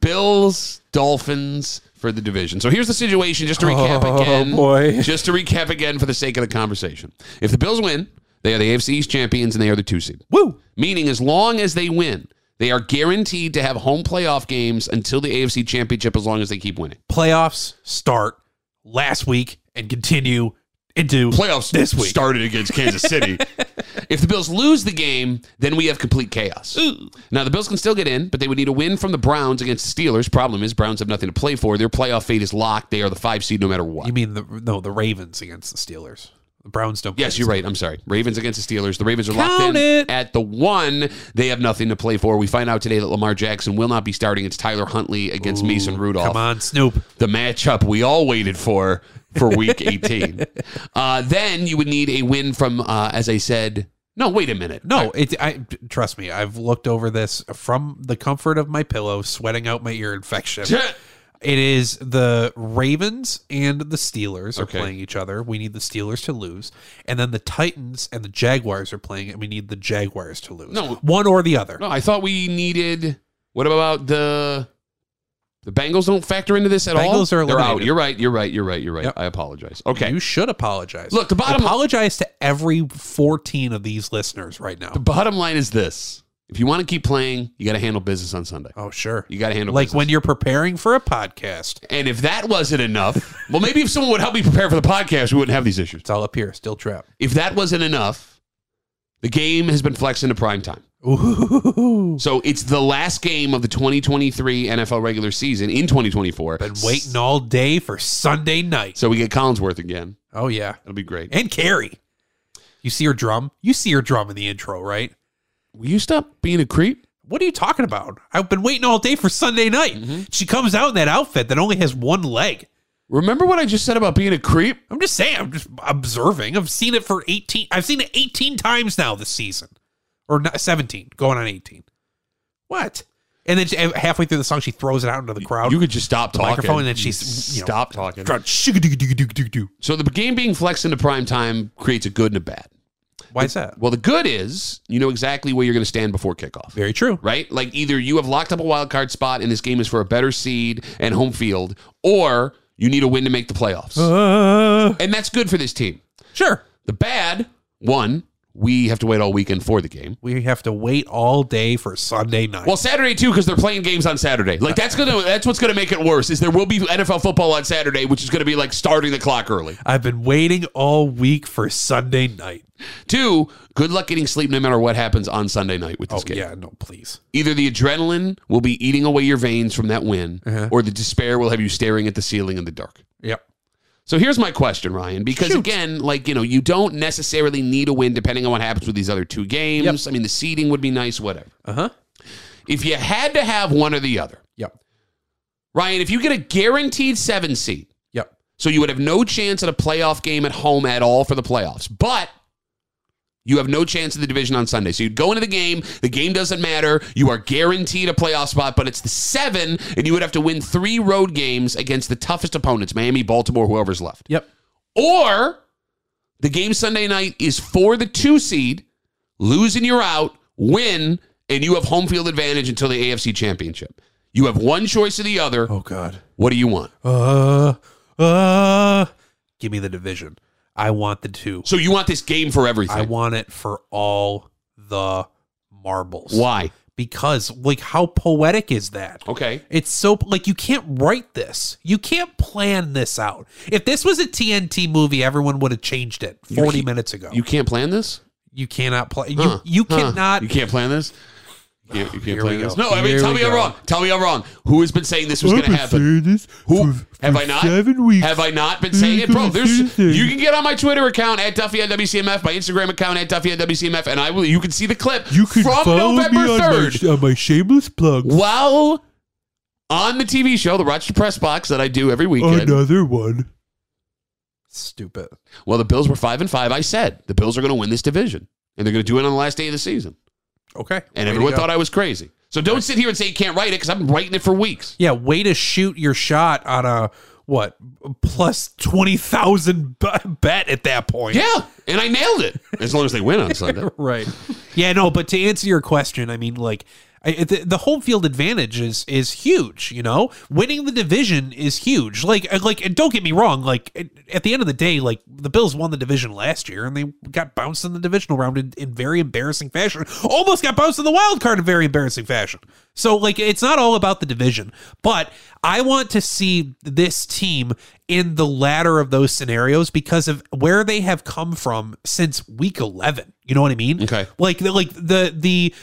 Bills, Dolphins for the division. So here's the situation, just to recap
Oh,
again.
boy.
Just to recap again for the sake of the conversation. If the Bills win, they are the AFC East champions and they are the two seed.
Woo!
Meaning as long as they win, they are guaranteed to have home playoff games until the AFC championship as long as they keep winning.
Playoffs start last week and continue into
playoffs
this week.
started against Kansas City. if the Bills lose the game, then we have complete chaos. Now the Bills can still get in, but they would need a win from the Browns against the Steelers. Problem is, Browns have nothing to play for. Their playoff fate is locked. They are the five seed no matter what.
You mean the no the Ravens against the Steelers? The Browns don't.
Yes, you're right. I'm sorry. Ravens against the Steelers. The Ravens are
Count
locked in
it.
at the one. They have nothing to play for. We find out today that Lamar Jackson will not be starting. It's Tyler Huntley against Mason Rudolph.
Come on, Snoop.
the matchup we all waited for for week 18. uh, then you would need a win from, uh, as I said, no, wait a minute.
No, it. I trust me. I've looked over this from the comfort of my pillow, sweating out my ear infection. It is the Ravens and the Steelers are
Okay.
playing each other. We need the Steelers to lose, and then the Titans and the Jaguars are playing, and we need the Jaguars to lose.
No.
one or the other.
No, I thought we needed. What about the. The Bengals don't factor into this at all.
Bengals are
They're out.
eliminated.
You're right. You're right. You're right. You're right.
Yep.
I apologize. Okay.
You should apologize.
Look, the bottom-
apologize to every fourteen of these listeners right now.
the bottom line is this: if you want to keep playing, you got to handle business on Sunday.
Oh, sure.
You got to handle
like
business.
when you're preparing for a podcast.
And if that wasn't enough, well, maybe if someone would help me prepare for the podcast, we wouldn't have these issues.
It's all up here, still trap.
If that wasn't enough, the game has been flexed into prime time.
Ooh.
So it's the last game of the 2023 NFL regular season in 2024.
Been waiting all day for Sunday night.
So we get Collinsworth again.
Oh yeah.
That'll be great.
And Carrie. You see her drum? You see her drum in the intro, right?
Will you stop being a creep?
What are you talking about? I've been waiting all day for Sunday night. She comes out in that outfit that only has one leg.
Remember what I just said about being a creep?
I'm just saying, I'm just observing. I've seen it for 18 I've seen it 18 times now this season. Or not, 17, going on 18. What? And then she, eh, halfway through the song she throws it out into the crowd.
You could just stop talking.
microphone and then she s- you know,
stop talking.
Shigadoogidoogidoogidoo.
So the game being flexed into prime time creates a good and a bad.
Why is that?
Well, the good is you know exactly where you're going to stand before kickoff.
Very true.
right? Like either you have locked up a wild card spot and this game is for a better seed and home field, or you need a win to make the playoffs.
Uh,
and that's good for this team.
sure.
The bad one, we have to wait all weekend for the game.
We have to wait all day for Sunday night.
Well, Saturday too, because they're playing games on Saturday. Like that's gonna that's what's gonna make it worse is there will be NFL football on Saturday, which is gonna be like starting the clock early.
I've been waiting all week for Sunday night.
Two, good luck getting sleep no matter what happens on Sunday night with this game.
Oh, yeah, no, please.
Either the adrenaline will be eating away your veins from that win, or the despair will have you staring at the ceiling in the dark.
Yep.
So here's my question, Ryan, because again, like, you know, you don't necessarily need a win depending on what happens with these other two games. I mean, the seeding would be nice, whatever.
Uh huh.
If you had to have one or the other,
Yep.
Ryan, if you get a guaranteed seven seed,
Yep.
So you would have no chance at a playoff game at home at all for the playoffs. But you have no chance of the division on Sunday. So you'd go into the game. The game doesn't matter. You are guaranteed a playoff spot, but it's the seven, and you would have to win three road games against the toughest opponents Miami, Baltimore, whoever's left.
Yep.
Or the game Sunday night is for the two seed, losing you're out, win, and you have home field advantage until the AFC championship. You have one choice or the other.
Oh God.
What do you want?
Uh, uh. Give me the division. I want the two.
So you want this game for everything.
I want it for all the marbles.
Why?
Because like, how poetic is that?
Okay.
It's so like you can't write this. You can't plan this out. If this was a TNT movie, everyone would have changed it 40
can't-
minutes ago.
You
You,
can't plan this?
cannot play.
Huh.
You you
Huh.
cannot.
You can't plan this? You can't, you can't
Here
plan
we go.
this? No, I mean,
Here
tell
we
me I'm
go.
wrong. Tell me I'm wrong. Who has been saying this was going to happen? Who have I not? Have I not been saying it, bro? There's you can get on my Twitter account at Duffy at WCMF, my Instagram account at Duffy at WCMF, and I will. You can see the clip from November third.
on my shameless plug.
While on the TV show, the Rochester Press Box that I do every weekend.
one. Stupid.
Well, the Bills were five and five. I said the Bills are going to win this division, and they're going to do it on the last day of the season.
Okay.
And everyone thought I was crazy. So don't sit here and say you can't write it because I've been writing it for weeks.
Yeah, way to shoot your shot on a what plus twenty thousand bet at that point.
Yeah, and I nailed it. As long as they win on Sunday.
right. Yeah, no, but to answer your question, I mean, like I, the, the home field advantage is is huge. You know, winning the division is huge. Like, uh, like, and don't get me wrong. Like, at- at the end of the day, like the Bills won the division last year, and they got bounced in the divisional round in, in very embarrassing fashion. Almost got bounced in the wild card in very embarrassing fashion. So, like, it's not all about the division, but I want to see this team in the latter of those scenarios because of where they have come from since week 11. You know what I mean?
Okay.
Like the like the the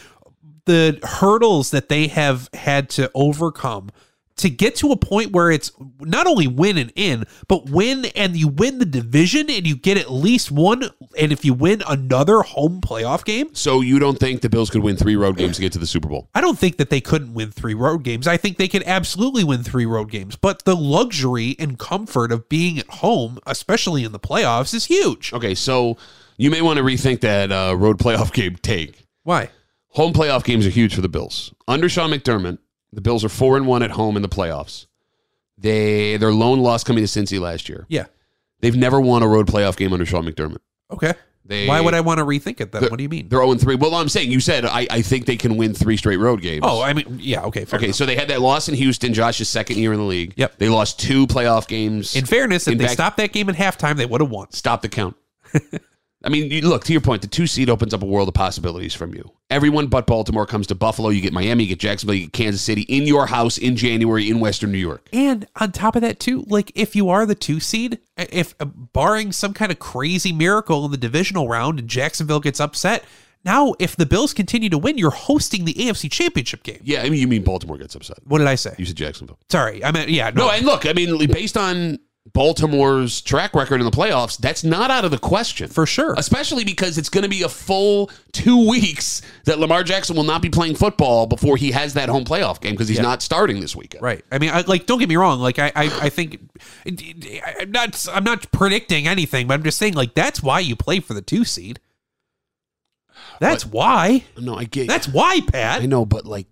the hurdles that they have had to overcome to get to a point where it's not only win and in, but win and you win the division and you get at least one and if you win another home playoff game,
So you don't think the Bills could win three road games to get to the Super Bowl?
I don't think that they couldn't win three road games. I think they could absolutely win three road games, but the luxury and comfort of being at home, especially in the playoffs, is huge.
Okay, so you may want to rethink that uh, road playoff game take.
Why?
Home playoff games are huge for the Bills. Under Sean McDermott, the Bills are four and one at home in the playoffs. They their lone loss coming to Cincy last year.
Yeah.
They've never won a road playoff game under Sean McDermott.
Okay.
They,
Why would I want to rethink it then?
The-
What do you mean?
They're zero and three. Well, I'm saying you said I, I think they can win three straight road games.
Oh, I mean, yeah. Okay. Fair
okay.
enough.
So they had that loss in Houston, Josh's second year in the league.
Yep.
They lost two playoff games.
In fairness, if
In
they
fact-
stopped that game at halftime, they would have won.
Stop the count. I mean, you, look, to your point, the two seed opens up a world of possibilities from you. Everyone but Baltimore comes to Buffalo. You get Miami, you get Jacksonville, you get Kansas City in your house in January in Western New York.
And on top of that, too, like if you are the two seed, if uh, barring some kind of crazy miracle in the divisional round and Jacksonville gets upset, now if the Bills continue to win, you're hosting the AFC Championship game.
Yeah, I mean, you mean Baltimore gets upset.
What did I say?
You said Jacksonville.
Sorry, I mean, yeah, no,
No, and look, I mean, based on Baltimore's track record in the playoffs, that's not out of the question.
for sure.
Especially because it's going to be a full two weeks that Lamar Jackson will not be playing football before he has that home playoff game because he's not starting this weekend.
Right. I mean, I, like, don't get me wrong. Like, I, I, I think I'm not, I'm not predicting anything, but I'm just saying, like, that's why you play for the two seed. That's why.
No, I get
That's why,
I
Pat.
know, but like,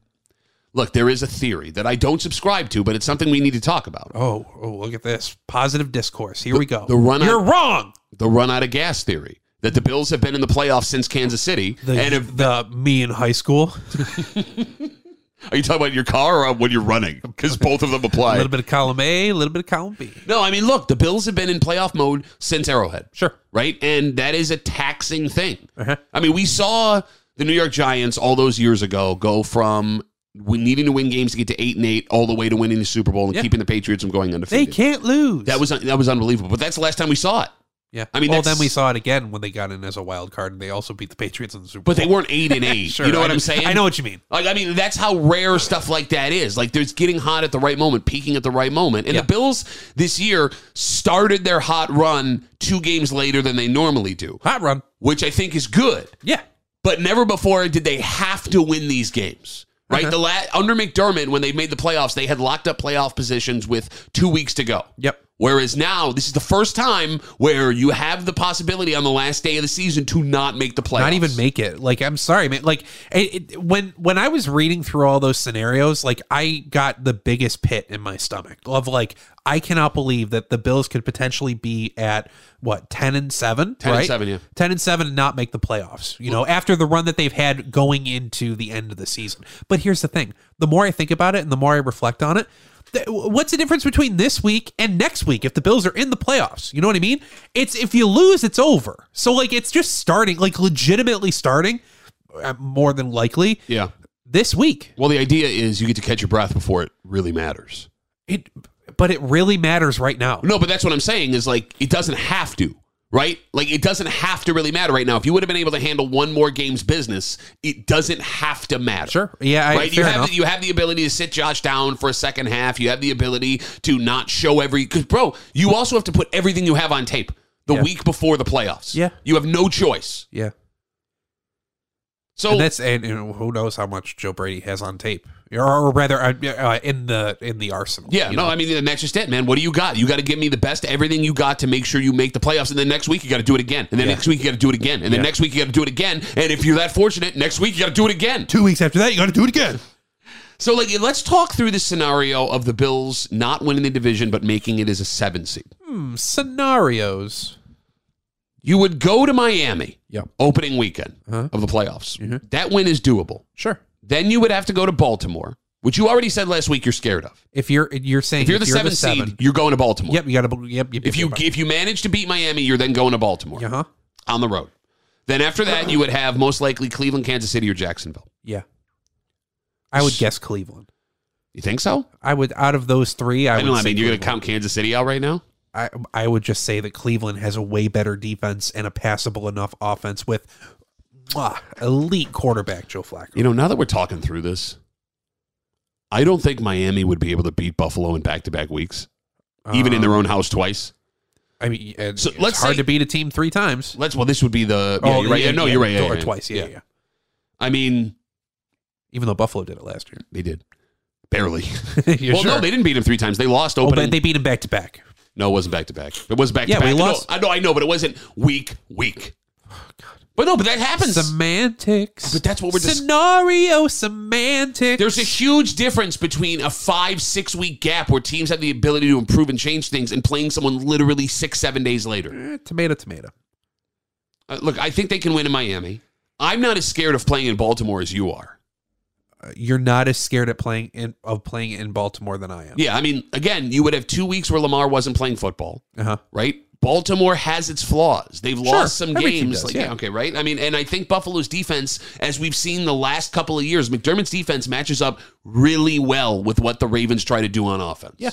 look, there is a theory that I don't subscribe to, but it's something we need to talk about.
Oh, oh, look at this positive discourse. Here we go.
the run-
You're wrong.
The run out of gas theory that the Bills have been in the playoffs since Kansas City.
The,
and if,
the me in high school,
are you talking about your car or uh, when you're running? Because both of them
a
apply.
little bit of column A, a little bit of column B.
No, I mean, look, the Bills have been in playoff mode since Arrowhead.
Sure.
Right? And that is a taxing thing.
Uh-huh.
I mean, we saw the New York Giants all those years ago go from we- needing to win games to get to 8 and 8 all the way to winning the Super Bowl and
Yeah.
keeping the Patriots from going
They
undefeated.
can't lose.
That was that was unbelievable. But that's the last time we saw it.
yeah.
I mean,
well,
that's-
then we saw it again when they got in as a wild card, and they also beat the Patriots in the Super Bowl.
But they weren't eight and eight.
Sure,
you know what
I-
I'm saying?
I know what you mean.
Like I mean, that's how rare stuff like that is. Like there's getting hot at the right moment, peaking at the right moment. And
Yeah.
the Bills this year started their hot run two games later than they normally do,
Hot run.
which I think is good.
Yeah.
But never before did they have to win these games. Right?
Uh-huh.
The la- under McDermott when they made the playoffs, they had locked up playoff positions with 2 weeks to go.
Yep.
Whereas now, this is the first time where you have the possibility on the last day of the season to not make the playoffs.
not even make it. Like I'm sorry, man. Like it, it, when when I was reading through all those scenarios, like I got the biggest pit in my stomach of like I cannot believe that the Bills could potentially be at what ten and seven,
10 and
right?
seven, yeah.
ten and seven, and not make the playoffs. You know, after the run that they've had going into the end of the season. But here's the thing: the more I think about it, and the more I reflect on it. th- What's the difference between this week and next week if the Bills are in the playoffs? You know what I mean? It's if you lose, it's over. So like it's just starting, like legitimately starting, uh, more than likely
Yeah.
this week.
Well, the idea is you get to catch your breath before it really matters.
It, but it really matters right now.
No, but that's what I'm saying is like it doesn't have to, right? Like it doesn't have to really matter right now. If you would have been able to handle one more game's business, it doesn't have to matter.
Sure, yeah, I,
Right, you
fair
have
enough.
the, you have the ability to sit Josh down for a second half. You have the ability to not show every because bro, you also have to put everything you have on tape the
Yeah.
week before the playoffs.
Yeah.
you have no choice.
yeah,
So
and that's and, and who knows how much Joe Brady has on tape, or, or rather, uh, uh, in the in the arsenal.
Yeah,
you
no,
know?
I mean, the next just it, man. What do you got? You got to give me the best everything you got to make sure you make the playoffs. And then next week, you got to do it again. And then
Yeah.
next week, you got to do it again. And then
Yeah.
next week, you got to do it again. And if you're that fortunate, next week, you got to do it again.
two weeks after that, you got to do it again.
So, like, let's talk through this scenario of the Bills not winning the division, but making it as a seven seed.
Hmm, scenarios.
You would go to Miami
Yep.
opening weekend of the playoffs. That win is doable.
Uh-huh. Mm-hmm. Sure.
Then you would have to go to Baltimore, which you already said last week you're scared of.
If you're you're saying
If you're the seventh seed, you're going to Baltimore.
yep, you got to yep.
If you if you manage to beat Miami, you're then going to Baltimore.
uh huh,
on the road. Then after that, you would have most likely Cleveland, Kansas City, or Jacksonville.
yeah, I would guess Cleveland.
You think so?
I would out of those three, I,
I,
would
know. I
say
mean, you're going to
Cleveland.
count Kansas City out right now.
I I would just say that Cleveland has a way better defense and a passable enough offense with mwah, elite quarterback Joe Flacco.
You know, now that we're talking through this, I don't think Miami would be able to beat Buffalo in back-to-back weeks, even
Uh.
in their own house twice.
I mean, it's,
So
it's
let's
hard
say-
to beat a team three times.
Let's. Well, this would be the. Yeah, you're right. Yeah, no, you're right. Yeah,
Oh, or
yeah,
twice. Yeah, yeah, yeah.
I mean,
Even though Buffalo did it last year.
they did barely.
You're
well, no,
sure?
they didn't beat him three times. They lost
oh,
opening.
but they beat him back to back.
No, it wasn't back to back. It was back to
Yeah,
back.
we
No,
lost. Oh,
I know, I know, but it wasn't week week. But no, but that happens.
Semantics.
But that's what we're dis-
scenario semantics.
There's a huge difference between a five, six week gap where teams have the ability to improve and change things and playing someone literally six, seven days later.
Eh, tomato tomato.
Uh, look, I think they can win in Miami. I'm not as scared of playing in Baltimore as you are.
Uh, You're not as scared at playing in of playing in Baltimore than I am.
Yeah, I mean, again, you would have two weeks where Lamar wasn't playing football,
Uh-huh.
right? Baltimore has its flaws. They've lost some
Every team
games.
does,
like,
yeah.
yeah, okay, right? I mean, and I think Buffalo's defense, as we've seen the last couple of years, McDermott's defense matches up really well with what the Ravens try to do on offense.
Yeah.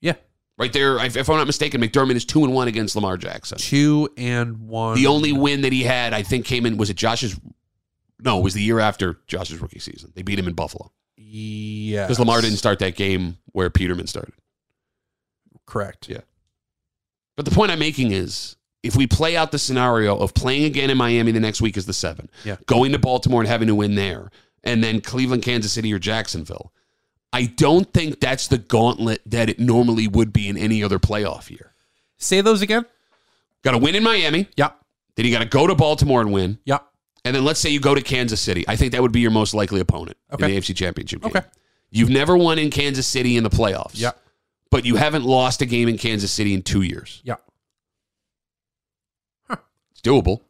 Yeah.
Right there, if if I'm not mistaken, McDermott is two and one against Lamar Jackson.
Two and one.
The only win that he had, I think, came in was it Josh's? No, it was the year after Josh's rookie season. They beat him in Buffalo
Yeah.
because Lamar didn't start that game where Peterman started.
Correct.
Yeah. But the point I'm making is, if we play out the scenario of playing again in Miami the next week is the seven,
Yeah.
going to Baltimore and having to win there, and then Cleveland, Kansas City, or Jacksonville, I don't think that's the gauntlet that it normally would be in any other playoff year.
Say those again.
Got to win in Miami.
Yep.
Then you got to go to Baltimore and win.
Yep.
And then let's say you go to Kansas City. I think that would be your most likely opponent in
Okay.
the AFC Championship game.
Okay.
You've never won in Kansas City in the playoffs.
Yep.
But you haven't lost a game in Kansas City in two years.
Yep.
It's doable.
Well,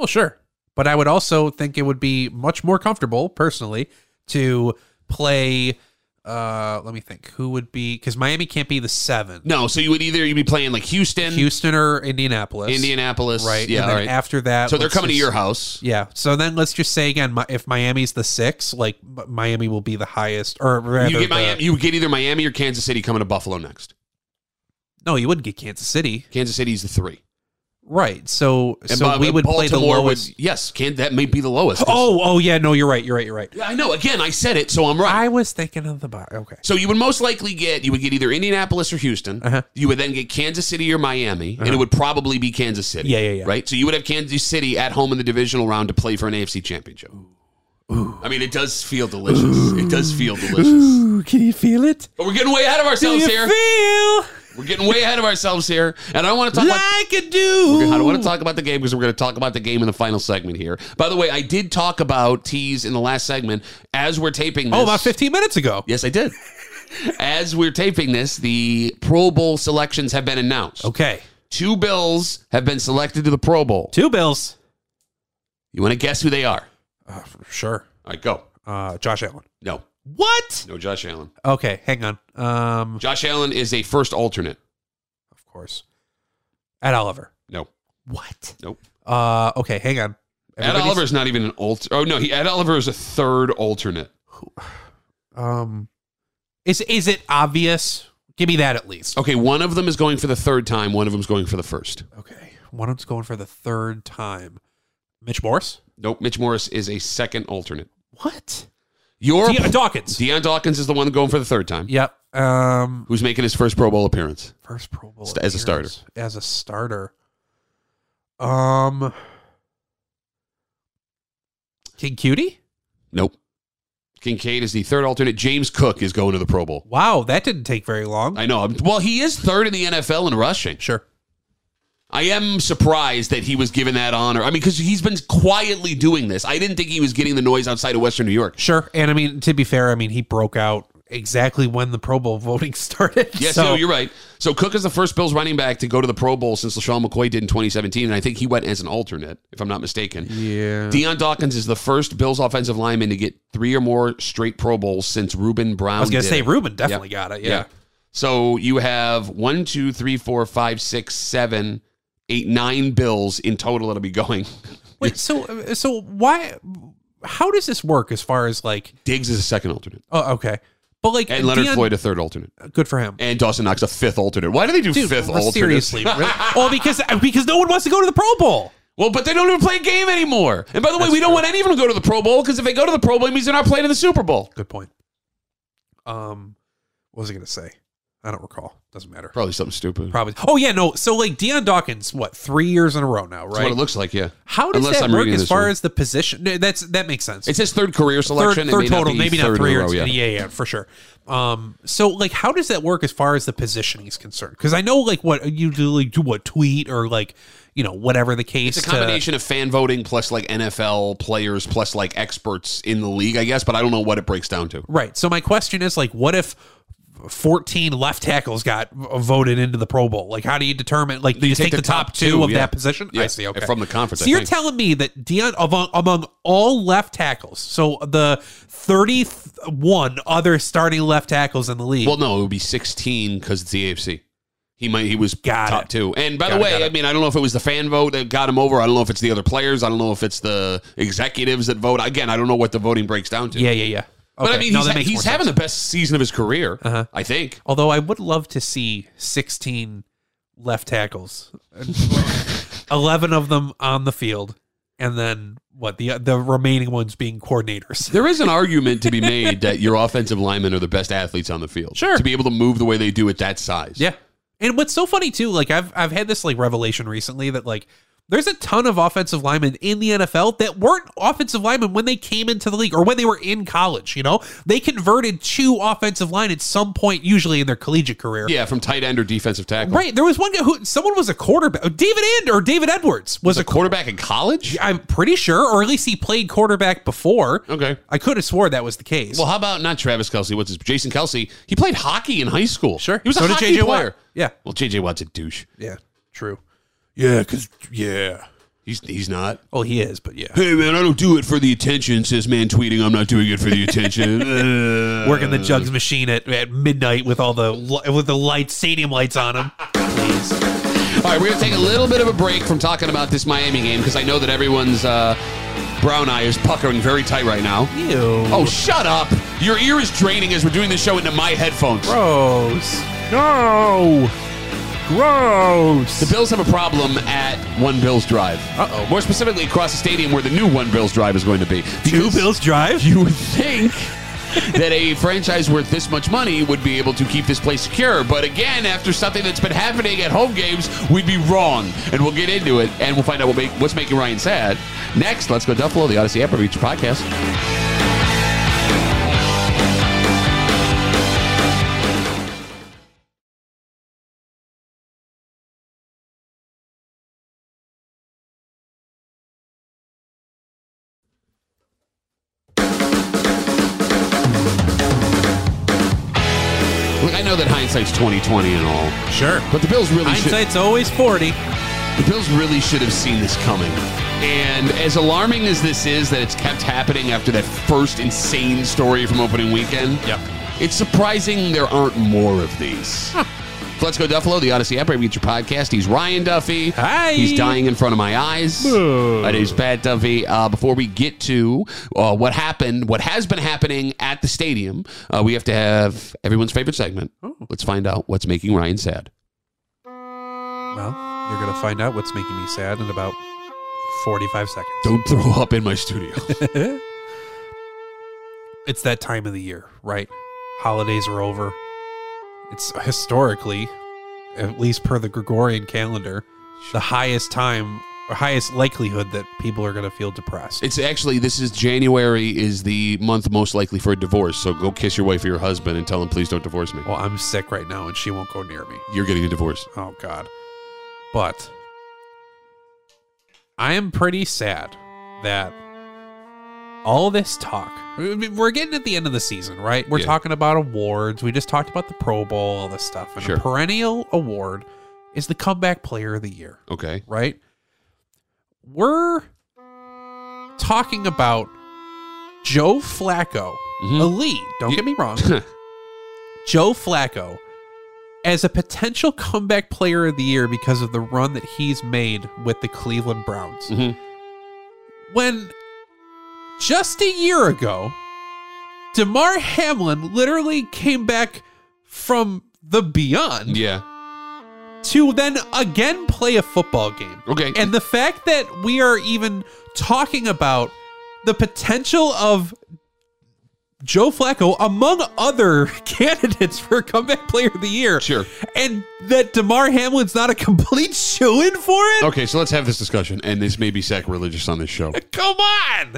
Oh, sure. But I would also think it would be much more comfortable, personally, to play. Uh, let me think. Who would be? Because Miami can't be the seven.
No, so you would either you'd be playing like Houston,
Houston or Indianapolis.
Indianapolis.
Right.
Yeah.
And then
All right.
After that,
so they're
let's
coming to
just-
your house.
Yeah. So then let's just say again, Mi- if Miami's the six, like M- Miami will be the highest, or rather,
You get
the-
Miami you get either Miami or Kansas City coming to Buffalo next.
no, you wouldn't get Kansas City,
Kansas City's the three.
right? So
And
so
Ba-
we would play the
Baltimore would-
lowest.
yes, can that may be the lowest.
oh, oh yeah, no, you're right, you're right, you're right.
Yeah, I know. Again, I said it, so I'm right.
I was thinking of the bar. Okay.
So you would most likely get you would get either Indianapolis or Houston.
Uh-huh.
You would then get Kansas City or Miami, and it would probably be Kansas City.
Yeah, yeah, yeah.
Right. So you would have Kansas City at home in the divisional round to play for an AFC championship. I mean, it does feel delicious. It does feel delicious.
Ooh, can you feel it?
But we're getting way out of ourselves here.
feel?
We're getting way ahead of ourselves here, and I want to talk about.
like a dude.
I don't want to talk about the game because we're going to talk about the game in the final segment here. By the way, I did talk about tees in the last segment as we're taping. This,
Oh, about 15 minutes ago.
Yes, I did. As we're taping this, the Pro Bowl selections have been announced.
Okay.
Two Bills have been selected to the Pro Bowl.
Two bills.
You want to guess who they are?
Uh, for sure.
All right, go.
Uh, Josh Allen.
No,
What?
no, Josh Allen.
Okay, hang on. Um,
Josh Allen is a first alternate.
of course. Ed Oliver.
No,
What?
nope.
Uh, okay, hang on.
Ed
Everybody's-
Oliver's not even an alt. Oh no, he, Ed Oliver is a third alternate.
Um, is is it obvious? Give me that at least.
Okay, one of them is going for the third time. One of them's going for the first.
Okay, one of them's going for the third time. Mitch Morse.
Nope. Mitch Morris is a second alternate.
What?
Your
Deion Dawkins.
Deion Dawkins is the one going for the third time.
yep. Um,
Who's making his first Pro Bowl appearance?
first Pro Bowl
St- as a
appearance. As a starter. Um, King Cutie.
Nope. Kincaid is the third alternate. James Cook is going to the Pro Bowl.
Wow, that didn't take very long.
I know. I'm- Well, he is third in the NFL in rushing.
sure.
I am surprised that he was given that honor. I mean, because he's been quietly doing this. I didn't think he was getting the noise outside of Western New York.
Sure. And I mean, to be fair, I mean, he broke out exactly when the Pro Bowl voting started.
Yes,
so,
no, you're right. So Cook is the first Bills running back to go to the Pro Bowl since LaShawn McCoy did in 2017, and I think he went as an alternate, if I'm not mistaken.
Yeah.
Deion Dawkins is the first Bills offensive lineman to get three or more straight Pro Bowls since Reuben Brown.
I was going
did
to say,
it.
Ruben definitely got it. Yeah.
So you have one, two, three, four, five, six, seven, eight, nine Bills in total that'll be going.
Wait, so, so why, how does this work as far as like,
Diggs is a second alternate,
oh, okay. But like,
and Uh, Leonard
Deion-
Floyd a third alternate,
good for him.
and Dawson Knox a fifth alternate. Why do they do
Dude,
fifth alternate?
seriously. really? Well, because, because no one wants to go to the Pro Bowl.
Well, but they don't even play a game anymore. And by the way, we don't want any of them to go to the Pro Bowl because if they go to the Pro Bowl, it means they're not playing in the Super Bowl.
Good point. Um, what was I going to say? I don't recall. Doesn't matter.
Probably something stupid.
Probably. Oh yeah, no. So like Deion Dawkins, what three years in a row now,
That's what
right?
it looks like, yeah.
How does
Unless
that
I'm
work
reading
as
this
far
wrong.
as the position? no, That's that makes sense.
It's his third career selection.
third,
It
third
may not
total,
be
maybe
third
not
in a
three years.
row,
Yeah.
yeah.
yeah, for sure. Um, so like, how does that work as far as the positioning is concerned? Because I know like what you do, like do what tweet or like you know whatever the case.
It's a
to-
combination of fan voting plus like NFL players plus like experts in the league, I guess, but I don't know what it breaks down to.
right. So my question is like, what if? 14 left tackles got voted into the Pro Bowl. Like, how do you determine? Like, do you, take, the, top, two of
yeah.
that position?
Yeah,
I see. Okay.
From the conference.
So
I
you're
think.
telling me that Dion among, among all left tackles, so the 31 other starting left tackles in the league.
Well, no, it would be 16 because it's the AFC. He might. He was
Got
top
it.
two. And by
Got
the
it,
way,
got
I
it.
mean, I don't know if it was the fan vote that got him over. I don't know if it's the other players. I don't know if it's the executives that vote. Again, I don't know what the voting breaks down to.
yeah, yeah, yeah.
But I
Okay,
mean,
no,
he's,
that makes
he's
more
having
sense. Uh-huh.
the best season of his career. I think.
Although I would love to see 16 left tackles, 11 of them on the field, and then what the the remaining ones being coordinators.
There is an argument to be made that your offensive linemen are the best athletes on the field.
Sure.
To be able to move the way they do at that size.
Yeah. And what's so funny too, like I've I've had this like revelation recently that like there's a ton of offensive linemen in the NFL that weren't offensive linemen when they came into the league or when they were in college, you know? They converted to offensive line at some point, usually in their collegiate career.
Yeah, from tight end or defensive tackle.
Right. There was one guy who someone was a quarterback. David End or David Edwards
As
was
a
a
quarterback in college?
I'm pretty sure, or at least he played quarterback before.
Okay.
I could have swore that was the case.
Well, how about not Travis Kelsey? What's his Jason Kelsey? He played hockey in high school.
sure.
He was a
did
hockey
JJ Watt.
player.
Yeah.
Well, JJ Watt's a douche.
Yeah. True.
Yeah, cause yeah.
He's he's not.
Oh, he is, but yeah.
Hey man, I don't do it for the attention. Says man tweeting, I'm not doing it for the attention. Uh,
working the jugs machine at, at midnight with all the li- with the lights, stadium lights on him. Please.
All right, we're gonna take a little bit of a break from talking about this Miami game because I know that everyone's uh, brown eye is puckering very tight right now.
Ew.
Oh, shut up! Your ear is draining as we're doing the show into my headphones.
gross.
No. Gross.
The Bills have a problem at One Bills Drive. Uh-oh. More specifically, across the stadium where the new One Bills Drive is going to be.
Two
Because-
Bills Drive.
you would think that a franchise worth this much money would be able to keep this place secure. But again, after something that's been happening at home games, we'd be wrong. And we'll get into it and we'll find out what make, what's making Ryan sad. Next, let's go Duffalo, the Odyssey Upper Beach podcast. know that hindsight's twenty twenty and all,
Sure.
but the Bills really should,
Hindsight's always 40.
the Bills really should have seen this coming. And as alarming as this is that it's kept happening after that first insane story from opening weekend,
Yep.
it's surprising there aren't more of these. So Let's go Duffalo, the Odyssey app, where you get your podcast. He's Ryan Duffy.
Hi.
He's dying in front of my eyes. That is Pat Duffy. Uh, before we get to uh, what happened, what has been happening at the stadium, uh, we have to have everyone's favorite segment.
Oh.
Let's find out what's making Ryan sad.
Well, you're going to find out what's making me sad in about 45 seconds.
Don't throw up in my studio.
It's that time of the year, right? Holidays are over. It's historically, at least per the Gregorian calendar, the highest time or highest likelihood that people are going to feel depressed.
It's actually this is January is the month most likely for a divorce. So go kiss your wife or your husband and tell him please don't divorce me.
well, I'm sick right now and she won't go near me.
You're getting a divorce.
Oh God. But I am pretty sad that all this talk. I mean, We're getting at the end of the season, right? We're
Yeah.
talking about awards. We just talked about the Pro Bowl, all this stuff. And
Sure.
a perennial award is the comeback player of the year,
Okay.
right? We're talking about Joe Flacco,
Mhm.
elite. Don't
You-
get me wrong. Joe Flacco as a potential comeback player of the year because of the run that he's made with the Cleveland Browns.
Mhm.
When just a year ago, DeMar Hamlin literally came back from the beyond
Yeah.
to then again play a football game.
Okay.
And the fact that we are even talking about the potential of Joe Flacco among other candidates for comeback player of the year.
Sure.
And that DeMar Hamlin's not a complete shoe in for it?
Okay, so let's have this discussion, and this may be sacrilegious on this show.
Come on.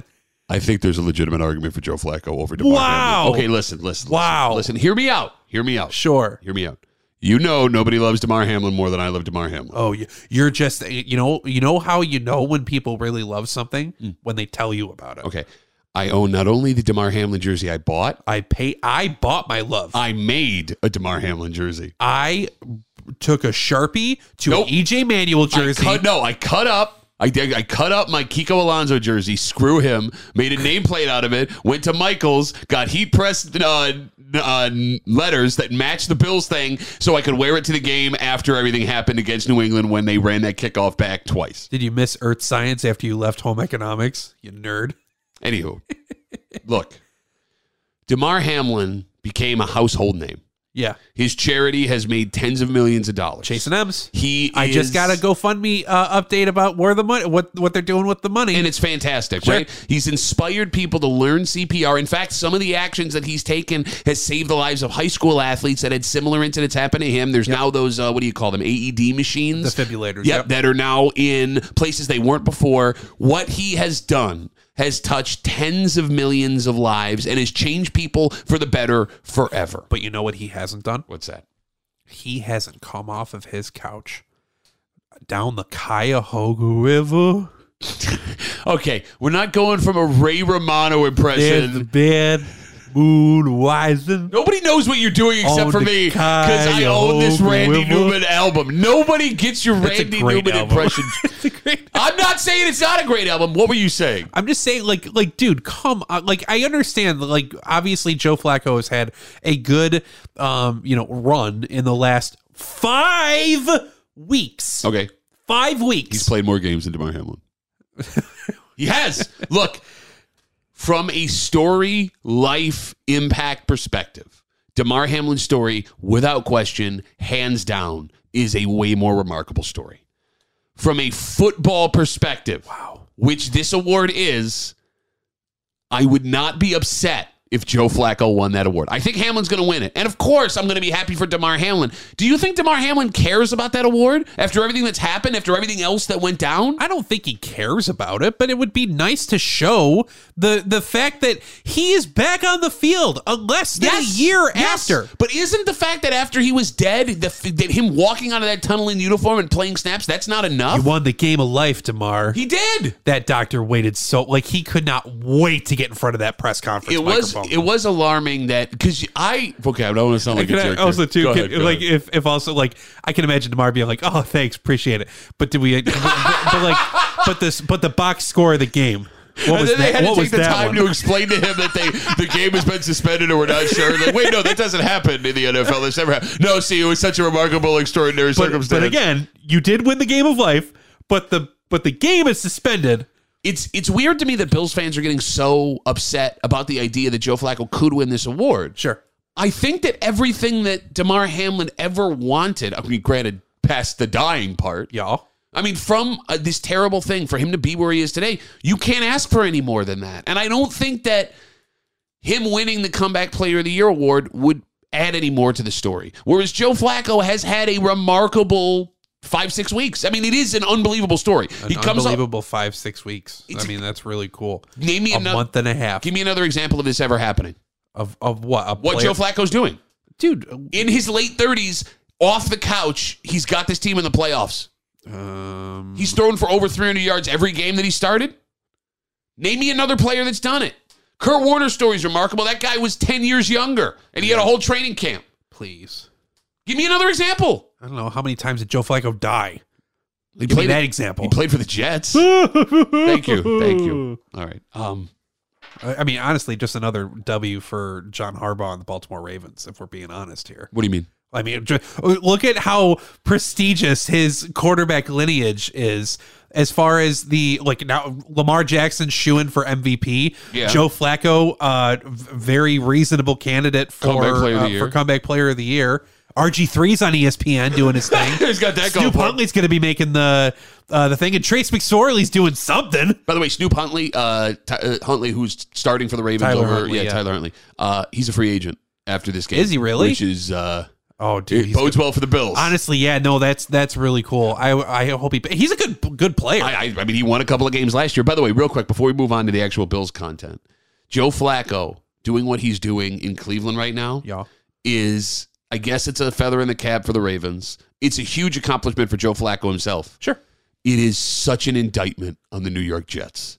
I think there's a legitimate argument for Joe Flacco over DeMar
Wow.
Hamlin. Okay, listen, listen.
Wow.
Listen, listen, hear me out. Hear me out.
Sure.
Hear me out. You know nobody loves DeMar Hamlin more than I love DeMar Hamlin.
Oh, you- you're just you know you know how you know when people really love something when they tell you about it.
Hmm. Okay. I own not only the DeMar Hamlin jersey I bought,
I pay I bought my love.
I made a DeMar Hamlin jersey.
I took a sharpie to
Nope.
an EJ Manuel jersey.
I cut, no, I cut up. I did. I cut up my Kiko Alonso jersey. Screw him. Made a nameplate out of it. Went to Michaels. Got heat pressed uh, uh, letters that matched the Bills thing, so I could wear it to the game after everything happened against New England when they ran that kickoff back twice.
Did you miss Earth Science after you left home economics? You nerd.
Anywho, look, Demar Hamlin became a household name.
Yeah,
His charity has made tens of millions of dollars.
Jason M's.
he.
I
is-
just got a GoFundMe uh, update about where the money, what what they're doing with the money.
and it's fantastic,
Sure.
right? He's inspired people to learn CPR. In fact, some of the actions that he's taken has saved the lives of high school athletes that had similar incidents happen to him. There's now those uh, what do you call them AED machines, Yep,
Defibrillators, yep.
that are now in places they weren't before. What he has done has touched tens of millions of lives and has changed people for the better forever.
but you know what he hasn't done?
What's that?
He hasn't come off of his couch down the Cuyahoga River.
Okay, we're not going from a Ray Romano
There's the
impression.
bed, moon rising.
Nobody knows what you're doing except
Own
for
Oh, the
me because I
Cuyahoga
own this Randy
River.
Newman album. Nobody gets your
It's a
Randy
great
Newman
album.
impression.
It's a great.
I'm not saying it's not a great album. What were you saying?
I'm just saying, like, like, dude, come on. Like, I understand. Like, obviously, Joe Flacco has had a good, um, you know, run in the last five weeks.
Okay,
Five weeks.
he's played more games than Demar Hamlin. he has. Look, from a story, life, impact perspective, Demar Hamlin's story, without question, hands down, is a way more remarkable story. From a football perspective,
Wow.
which this award is, I would not be upset if Joe Flacco won that award. I think Hamlin's going to win it. And of course, I'm going to be happy for DeMar Hamlin. Do you think DeMar Hamlin cares about that award after everything that's happened, after everything else that went down?
I don't think he cares about it, but it would be nice to show the the fact that he is back on the field a less than a year
Yes.
after.
But isn't the fact that after he was dead, the, f- that him walking out of that tunnel in uniform and playing snaps, that's not
He
enough?
won the game of life, Demar.
He did.
that doctor waited so like he could not wait to get in front of that press conference.
It
Michael
was
phone.
it was alarming that because I okay, I don't want to sound like
Can
a
I
jerk. here.
also too
Go
can-
ahead, go
like
ahead.
if if also like I can imagine tomorrow being like oh thanks appreciate it but did we but, but like but this but the box score of the game what
and
was
then they
that
had
what
to
was
take the
that
time
one
to explain to him that they the game has been suspended or we're not sure. Like, wait, no, that doesn't happen in the NFL. That's never happened. No, see, it was such a remarkable, extraordinary
but,
circumstance.
but again you did win the game of life but the but the game is suspended
it's it's weird to me that Bills fans are getting so upset about the idea that Joe Flacco could win this award.
sure
I think that everything that Damar Hamlin ever wanted, I mean, granted, past the dying part,
y'all
I mean, from uh, this terrible thing for him to be where he is today, you can't ask for any more than that. And I don't think that him winning the Comeback Player of the Year award would add any more to the story. Whereas Joe Flacco has had a remarkable five, six weeks. I mean, it is an unbelievable story. he comes up.
unbelievable five six weeks I mean that's really cool
Name me
a
another.
month and a half
Give me another example of this ever happening.
of of what a
What
player-
Joe Flacco's doing
dude uh,
in his late thirties, off the couch, he's got this team in the playoffs.
um,
He's thrown for over 300 yards every game that he started. Name me another player that's done it. Kurt Warner's story is remarkable. That guy was 10 years younger and he had a whole training camp.
please
Give me another example.
I don't know how many times did Joe Flacco die
He
give me
played,
that
he
example
played for the Jets.
thank
Thank you. Thank you. All right. Um,
I I mean, honestly, just another W for John Harbaugh and the Baltimore Ravens, if we're being honest here.
what do you mean?
I mean, ju- uh, look at how prestigious his quarterback lineage is. As far as the like now, Lamar Jackson shooing for MVP.
Yeah.
Joe Flacco, uh, v- very reasonable candidate for
Comeback player of the
uh,
year.
for comeback player of the year. RG 3s on E ESPN doing his thing.
He's got that going
Stu
for him.
Huntley's going to be making the uh, the thing, and Trace McSorley's doing something.
By the way, Snoop Huntley, uh, Ty- uh, Huntley, who's starting for the Ravens
Tyler
over,
Huntley,
yeah,
yeah.
Tyler Huntley. Uh, he's a free agent after this game.
Is he really?
Which is uh,
Oh, dude,
it
he's
bodes well for the Bills.
Honestly, yeah, no, that's that's really cool. I I hope he he's a good good player.
I, I, I mean, he won a couple of games last year. By the way, real quick before we move on to the actual Bills content, Joe Flacco doing what he's doing in Cleveland right now
yeah,
is, I guess, it's a feather in the cap for the Ravens. It's a huge accomplishment for Joe Flacco himself.
sure.
It is such an indictment on the New York Jets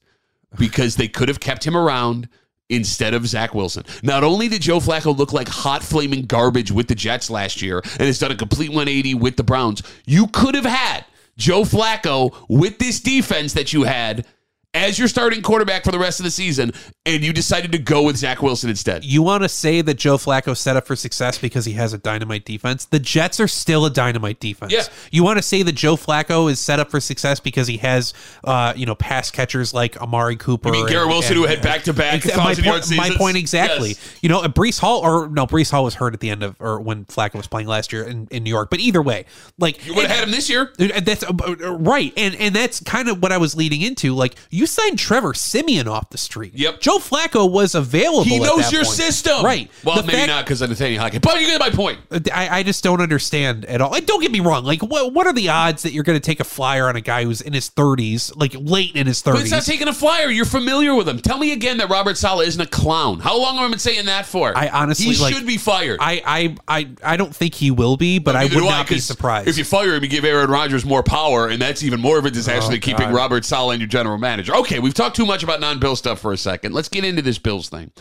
because they could have kept him around. Instead of Zach Wilson. Not only did Joe Flacco look like hot flaming garbage with the Jets last year and has done a complete 180 with the Browns, you could have had Joe Flacco with this defense that you had as your starting quarterback for the rest of the season, and you decided to go with Zach Wilson instead.
You want to say that Joe Flacco set up for success because he has a dynamite defense? The Jets are still a dynamite defense.
Yeah.
You want to say that Joe Flacco is set up for success because he has, uh, you know, pass catchers like Amari Cooper.
I mean, Garrett
and-
Wilson,
and-
who had back to back
Exa- my,
thousand yard
point, my
seasons.
point exactly.
Yes.
You know, Brees Hall or no, Brees Hall was hurt at the end of or when Flacco was playing last year in, in New York. But either way, like
You would have had him this year.
Uh, That's uh, uh, right, and and that's kind of what I was leading into. Like you signed Trevor Simeon off the street.
Yep.
Joe Flacco was available.
He
at
knows
that
your
point.
system.
right?
Well,
The
maybe
fact-
not because of Nathaniel Hackett, but you get my point.
I, I just don't understand at all. And don't get me wrong. Like, what what are the odds that you're going to take a flyer on a guy who's in his 30s, like late in his
But it's not
30s?
taking a flyer. You're familiar with him. Tell me again that Robert Sala isn't a clown. How long have I been saying that for?
I honestly,
he
like-
should be fired.
I, I I I don't think he will be, but I
Neither
would
do
not be
'cause
surprised.
If you fire him, you give Aaron Rodgers more power, and that's even more of a disaster
Oh,
than keeping Robert Sala and your general manager. Okay, we've talked too much about non-Bill stuff for a second. Let's get into this Bills thing.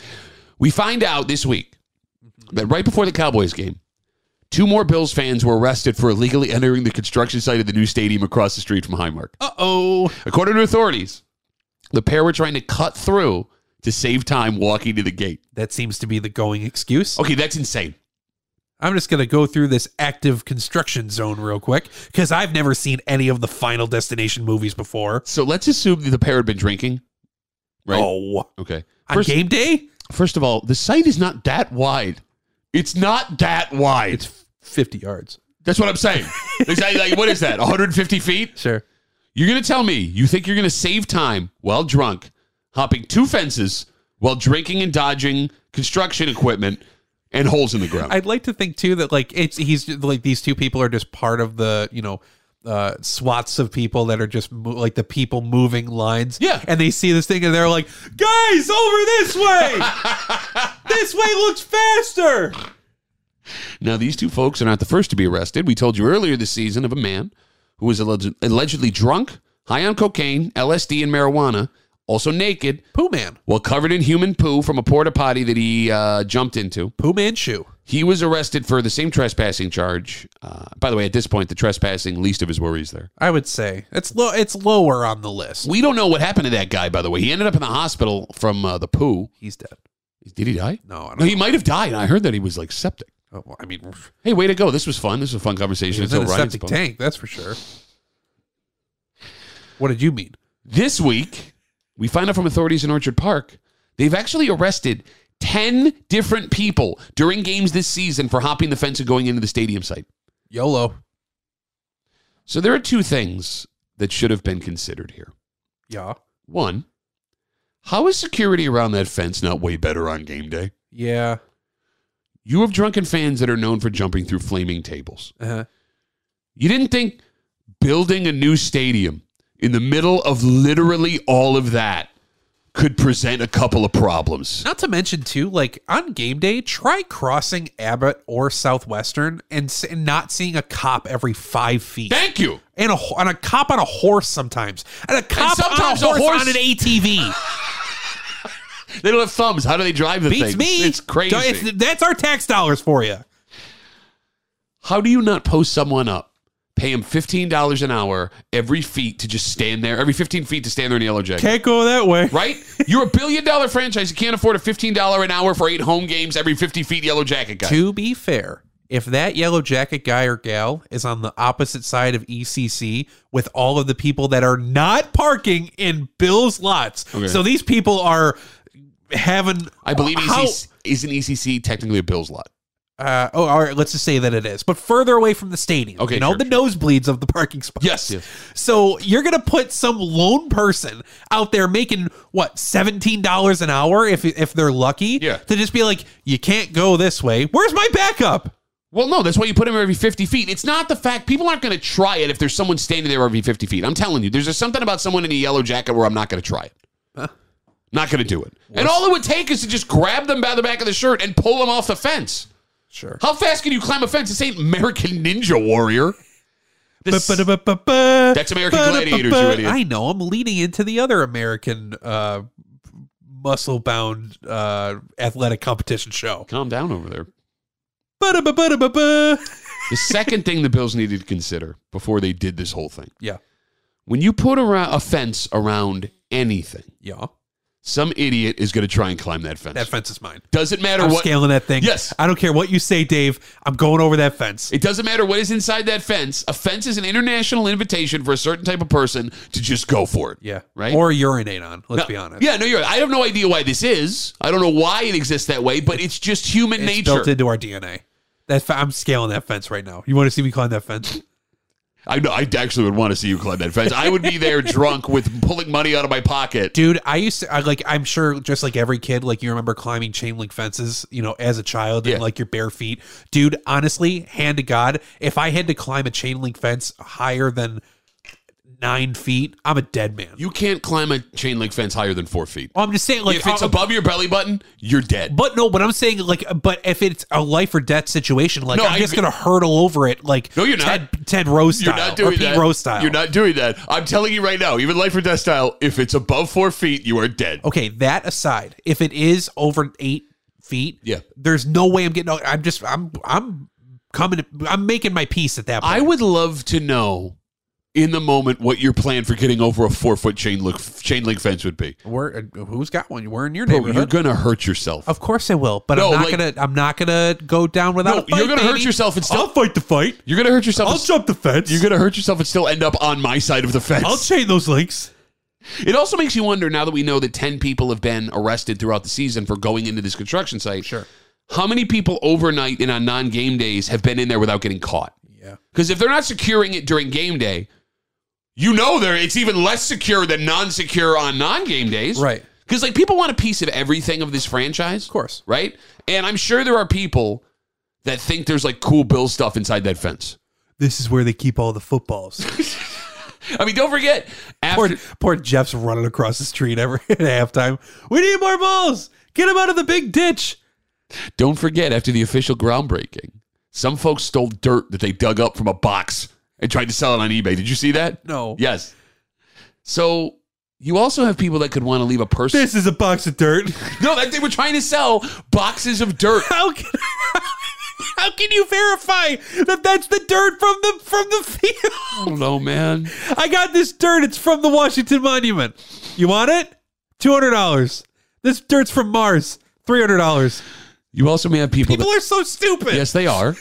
We find out this week that right before the Cowboys game, two more Bills fans were arrested for illegally entering the construction site of the new stadium across the street from Highmark.
uh oh,
According to authorities, the pair were trying to cut through to save time walking to the gate.
that seems to be the going excuse.
Okay, that's insane.
I'm just going to go through this active construction zone real quick because I've never seen any of the Final Destination movies before.
So let's assume that the pair had been drinking. Right.
Oh,
Okay.
on
First,
game day,
first of all, the site is not that wide. It's not that wide.
it's 50 yards.
that's what I'm saying. exactly. Like, what is that? 150 feet?
Sure.
You're going to tell me you think you're going to save time while drunk, hopping two fences while drinking and dodging construction equipment and holes in the ground.
I'd like to think too that like it's he's like these two people are just part of the you know uh swats of people that are just mo- like the people moving lines.
Yeah.
and they see this thing and they're like, guys, over this way. this way looks faster.
Now, these two folks are not the first to be arrested. We told you earlier this season of a man who was alleged, allegedly drunk, high on cocaine, LSD, and marijuana, also naked,
Pooh Man.
well, covered in human poo from a porta potty that he uh, jumped into.
Pooh Man Shoe.
He was arrested for the same trespassing charge. Uh, by the way, at this point, the trespassing, least of his worries there.
I would say it's low. It's lower on the list.
We don't know what happened to that guy, by the way. He ended up in the hospital from uh, the poo.
He's dead.
Did he die?
No, I
No,
don't.
he might have died. I heard that he was like septic.
oh, well, I mean,
Hey, way to go. This was fun. This was a fun conversation.
he was
until
in a
Ryan's
septic
bump.
tank. That's for sure. What did you mean?
This week, we find out from authorities in Orchard Park, they've actually arrested 10 different people during games this season for hopping the fence and going into the stadium site.
YOLO.
So there are two things that should have been considered here.
Yeah.
One, how is security around that fence not way better on game day?
Yeah.
You have drunken fans that are known for jumping through flaming tables.
Uh-huh.
You didn't think building a new stadium in the middle of literally all of that could present a couple of problems.
Not to mention too, like on game day, try crossing Abbott or Southwestern and, s- and not seeing a cop every five feet.
Thank you.
and a, ho- and a cop on a horse sometimes, and a cop
sometimes a
on, a
horse-
horse on an ATV.
They don't have thumbs. How do they drive the
Beats
thing?
me.
It's crazy.
Don't- it's- that's our tax dollars for you.
How do you not post someone up, pay him fifteen dollars an hour every feet to just stand there, every fifteen feet to stand there in a yellow jacket?
Can't go that way.
Right? You're a billion dollar franchise. You can't afford a fifteen dollar an hour for eight home games every fifty feet yellow jacket guy.
To be fair, if that yellow jacket guy or gal is on the opposite side of ECC with all of the people that are not parking in Bill's lots, so these people are having.
I believe E
How-
ECC isn't ECC technically a Bills lot.
Uh, oh, all right. Let's just say that it is, but further away from the stadium.
Okay,
you know
sure,
the nosebleeds of the parking spots.
Yes. Yes.
So you're gonna put some lone person out there making what seventeen dollars an hour if if they're lucky.
Yeah.
To just be like, you can't go this way. Where's my backup?
Well, no, that's why you put him every 50 feet. It's not the fact people aren't going to try it if there's someone standing there every 50 feet. I'm telling you, there's just something about someone in a yellow jacket where I'm not going to try it. Not going to do it. And all it would take is to just grab them by the back of the shirt and pull them off the fence.
Sure.
How fast can you climb a fence? This ain't American Ninja Warrior. This-
That's
American Gladiators, you idiot.
I know. I'm leading into the other American uh, muscle bound uh, athletic competition show.
calm down over there.
Ba-da-ba-ba-da-ba-ba.
The second thing the Bills needed to consider before they did this whole thing
Yeah.
when you put around a fence around anything,
Yeah.
some idiot is going to try and climb that fence.
That fence is mine.
Doesn't matter
I'm
what.
scaling that thing.
Yes.
I don't care what you say, Dave. I'm going over that fence.
It doesn't matter what is inside that fence. A fence is an international invitation for a certain type of person to just go for it.
yeah.
Right?
Or urinate on, let's
No-
be honest.
Yeah, no, you're right. I have no idea why this is. I don't know why it exists that way, but it's just human
It's
nature.
built into our DNA. That fe- I'm scaling that fence right now. You want to see me climb that fence?
I know. I actually would want to see you climb that fence. I would be there drunk with pulling money out of my pocket.
Dude, I used to I like I'm sure just like every kid, like you remember climbing chain link fences, you know, as a child
Yeah.
and like your bare feet. Dude, honestly, hand to God, if I had to climb a chain link fence higher than nine feet, I'm a dead man.
You can't climb a chain link fence higher than four feet.
I'm just saying like
If it's
uh,
above your belly button, you're dead.
But no, but I'm saying like, but if it's a life or death situation, like
No,
I'm
I
just
agree.
gonna hurtle over it, like
No, you're
Ted, Ted Rose style,
You're not doing
or Pete
that.
Rose style.
You're not doing that. I'm telling you right now, even life or death style, if it's above four feet, you are dead.
Okay, that aside, if it is over eight feet,
Yeah.
there's no way I'm getting. I'm just, I'm, I'm coming. to- I'm making my peace at that point.
I would love to know in the moment what your plan for getting over a four foot chain link chain link fence would be.
Where, uh, who's got one? We're in your
Bro,
neighborhood.
you're gonna hurt yourself.
of course I will, but
No,
I'm not
like-
gonna. I'm not gonna go down without.
No,
a fight,
you're gonna hurt
baby.
yourself and still-
I'll fight the fight.
You're gonna hurt yourself.
I'll jump the fence.
you're gonna hurt yourself and still end up on my side of the fence.
I'll chain those links.
it also makes you wonder now that we know that ten people have been arrested throughout the season for going into this construction site.
Sure.
How many people overnight and on non game days have been in there without getting caught?
Yeah.
Because if they're not securing it during game day, you know there it's even less secure than non secure on non game days.
Right.
Because like people want a piece of everything of this franchise.
Of course.
Right? And I'm sure there are people that think there's like cool Bill stuff inside that fence.
This is where they keep all the footballs.
I mean, don't forget
poor,
after
poor Jeff's running across the street every at halftime. We need more balls. Get him out of the big ditch.
don't forget after the official groundbreaking, some folks stole dirt that they dug up from a box and tried to sell it on eBay. Did you see that?
No.
Yes. So You also have people that could want to leave a person.
This is a box of dirt.
no, that they were trying to sell boxes of dirt.
How can how can you verify that that's the dirt from the from the field?
I don't know, man.
I got this dirt. It's from the Washington Monument. You want it? Two hundred dollars. This dirt's from Mars. Three hundred dollars.
You also may have people. that-
People are so stupid.
Yes, they are.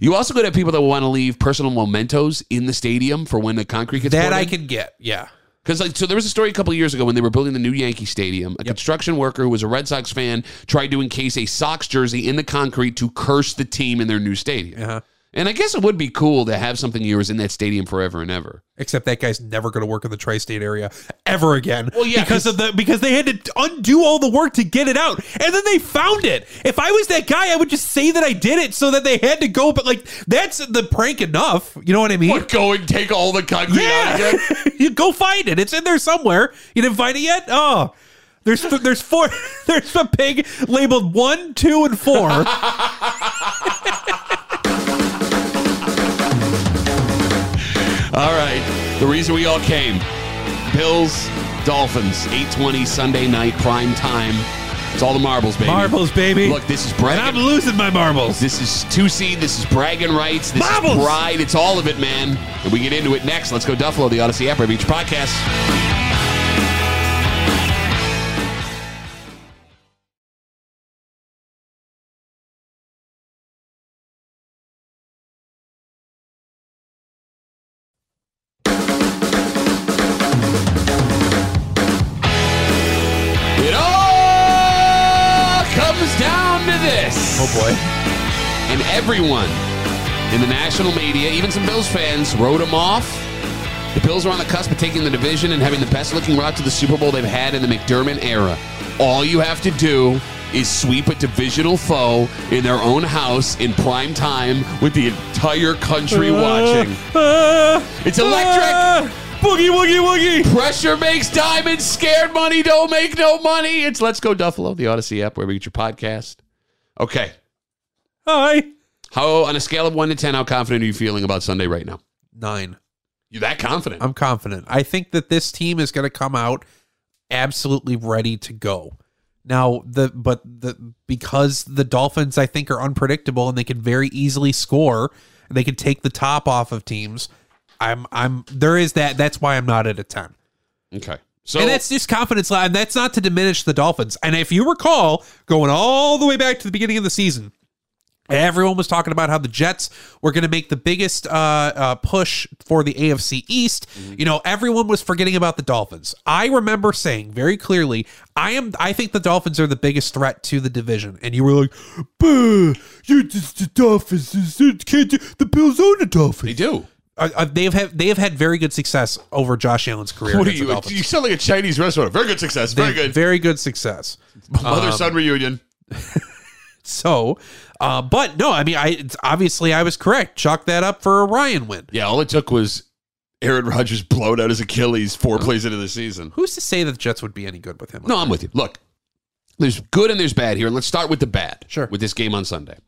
You also could have people that want to leave personal mementos in the stadium for when the concrete gets
that
poured
I
in.
can get. Yeah.
Because like, so there was a story a couple of years ago when they were building the new Yankee Stadium. A construction worker who was a Red Sox fan tried to encase a Sox jersey in the concrete to curse the team in their new stadium.
Uh-huh.
And I guess it would be cool to have something of yours in that stadium forever and ever.
Except that guy's never going to work in the tri-state area ever again.
Well, yeah,
because
'cause-
of the because they had to undo all the work to get it out, and then they found it. If I was that guy, I would just say that I did it, so that they had to go. But like, that's the prank enough. You know what I mean?
go and take all the concrete
Yeah, you go find it. It's in there somewhere. You didn't find it yet. Oh, there's there's four. There's a pig labeled one, two, and four.
All right. The reason we all came. Bills, Dolphins, 820 Sunday night, prime time. It's all the marbles, baby.
Marbles, baby.
Look, this is
and I'm
bragging.
losing my marbles.
This is two seed. This is bragging rights. This
Marbles.
is pride. It's all of it, man. And we get into it next. Let's go Duffalo, the Odyssey Afro Beach podcast. It all comes down to this.
Oh boy.
And everyone in the national media, even some Bills fans, wrote him off. The Bills are on the cusp of taking the division and having the best looking route to the Super Bowl they've had in the McDermott era. All you have to do is sweep a divisional foe in their own house in prime time with the entire country watching.
Ah,
It's electric.
ah, boogie woogie woogie.
Pressure makes diamonds. Scared money don't make no money. It's Let's Go Duffalo, the Odyssey app where we get your podcast. Okay.
Hi.
How on a scale of one to ten, how confident are you feeling about Sunday right now?
Nine.
You that confident?
I'm confident. I think that this team is going to come out absolutely ready to go. Now, the but the because the Dolphins I think are unpredictable and they can very easily score and they can take the top off of teams. I'm I'm there is that that's why I'm not at a 10.
okay. So
and that's just confidence line. That's not to diminish the Dolphins. And if you recall, going all the way back to the beginning of the season, everyone was talking about how the Jets were going to make the biggest uh, uh, push for the AFC East. You know, everyone was forgetting about the Dolphins. I remember saying very clearly, I am. I think the Dolphins are the biggest threat to the division. And you were like, "Bah, "You're just the Dolphins. You can't do- The Bills own the
they
Dolphins."
do.
Uh, uh, they've had they've had very good success over Josh Allen's career.
What are
against the
you?
Dolphins.
You sound like a Chinese restaurant. Very good success. Very um,
They-
good.
Very good success.
Mother son reunion.
So, uh, but no, I mean, I it's obviously I was correct. Chalk that up for a Ryan win.
Yeah, all it took was Aaron Rodgers blowed out his Achilles four plays into the season.
Who's to say that the Jets would be any good with him?
No, I'm with you. Look, there's good and there's bad here. Let's start with the bad.
Sure.
With this game on Sunday.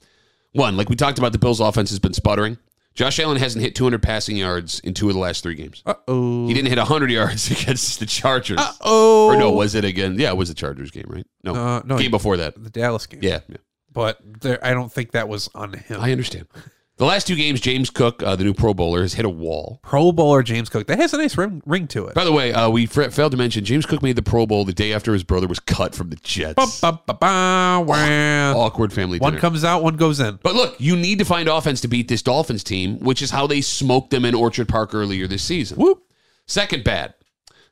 One, like we talked about, the Bills' offense has been sputtering. Josh Allen hasn't hit 200 passing yards in two of the last three games.
Uh
He
oh.
didn't hit 100 yards against the Chargers.
Oh.
Or no, was it again? Yeah, it was the Chargers game, right? No,
Uh, no.
game before that.
the Dallas game?
Yeah, yeah.
but there, I don't think that was on him.
I understand. The last two games, James Cook, uh, the new Pro Bowler, has hit a wall.
Pro Bowler James Cook. That has a nice ring, ring to it.
By the way, uh, we f- failed to mention James Cook made the Pro Bowl the day after his brother was cut from the Jets.
Ba, ba, ba, ba, wah.
Awkward family
One
dinner.
comes out, one goes in.
but look, you need to find offense to beat this Dolphins team, which is how they smoked them in Orchard Park earlier this season.
Whoop.
Second bad.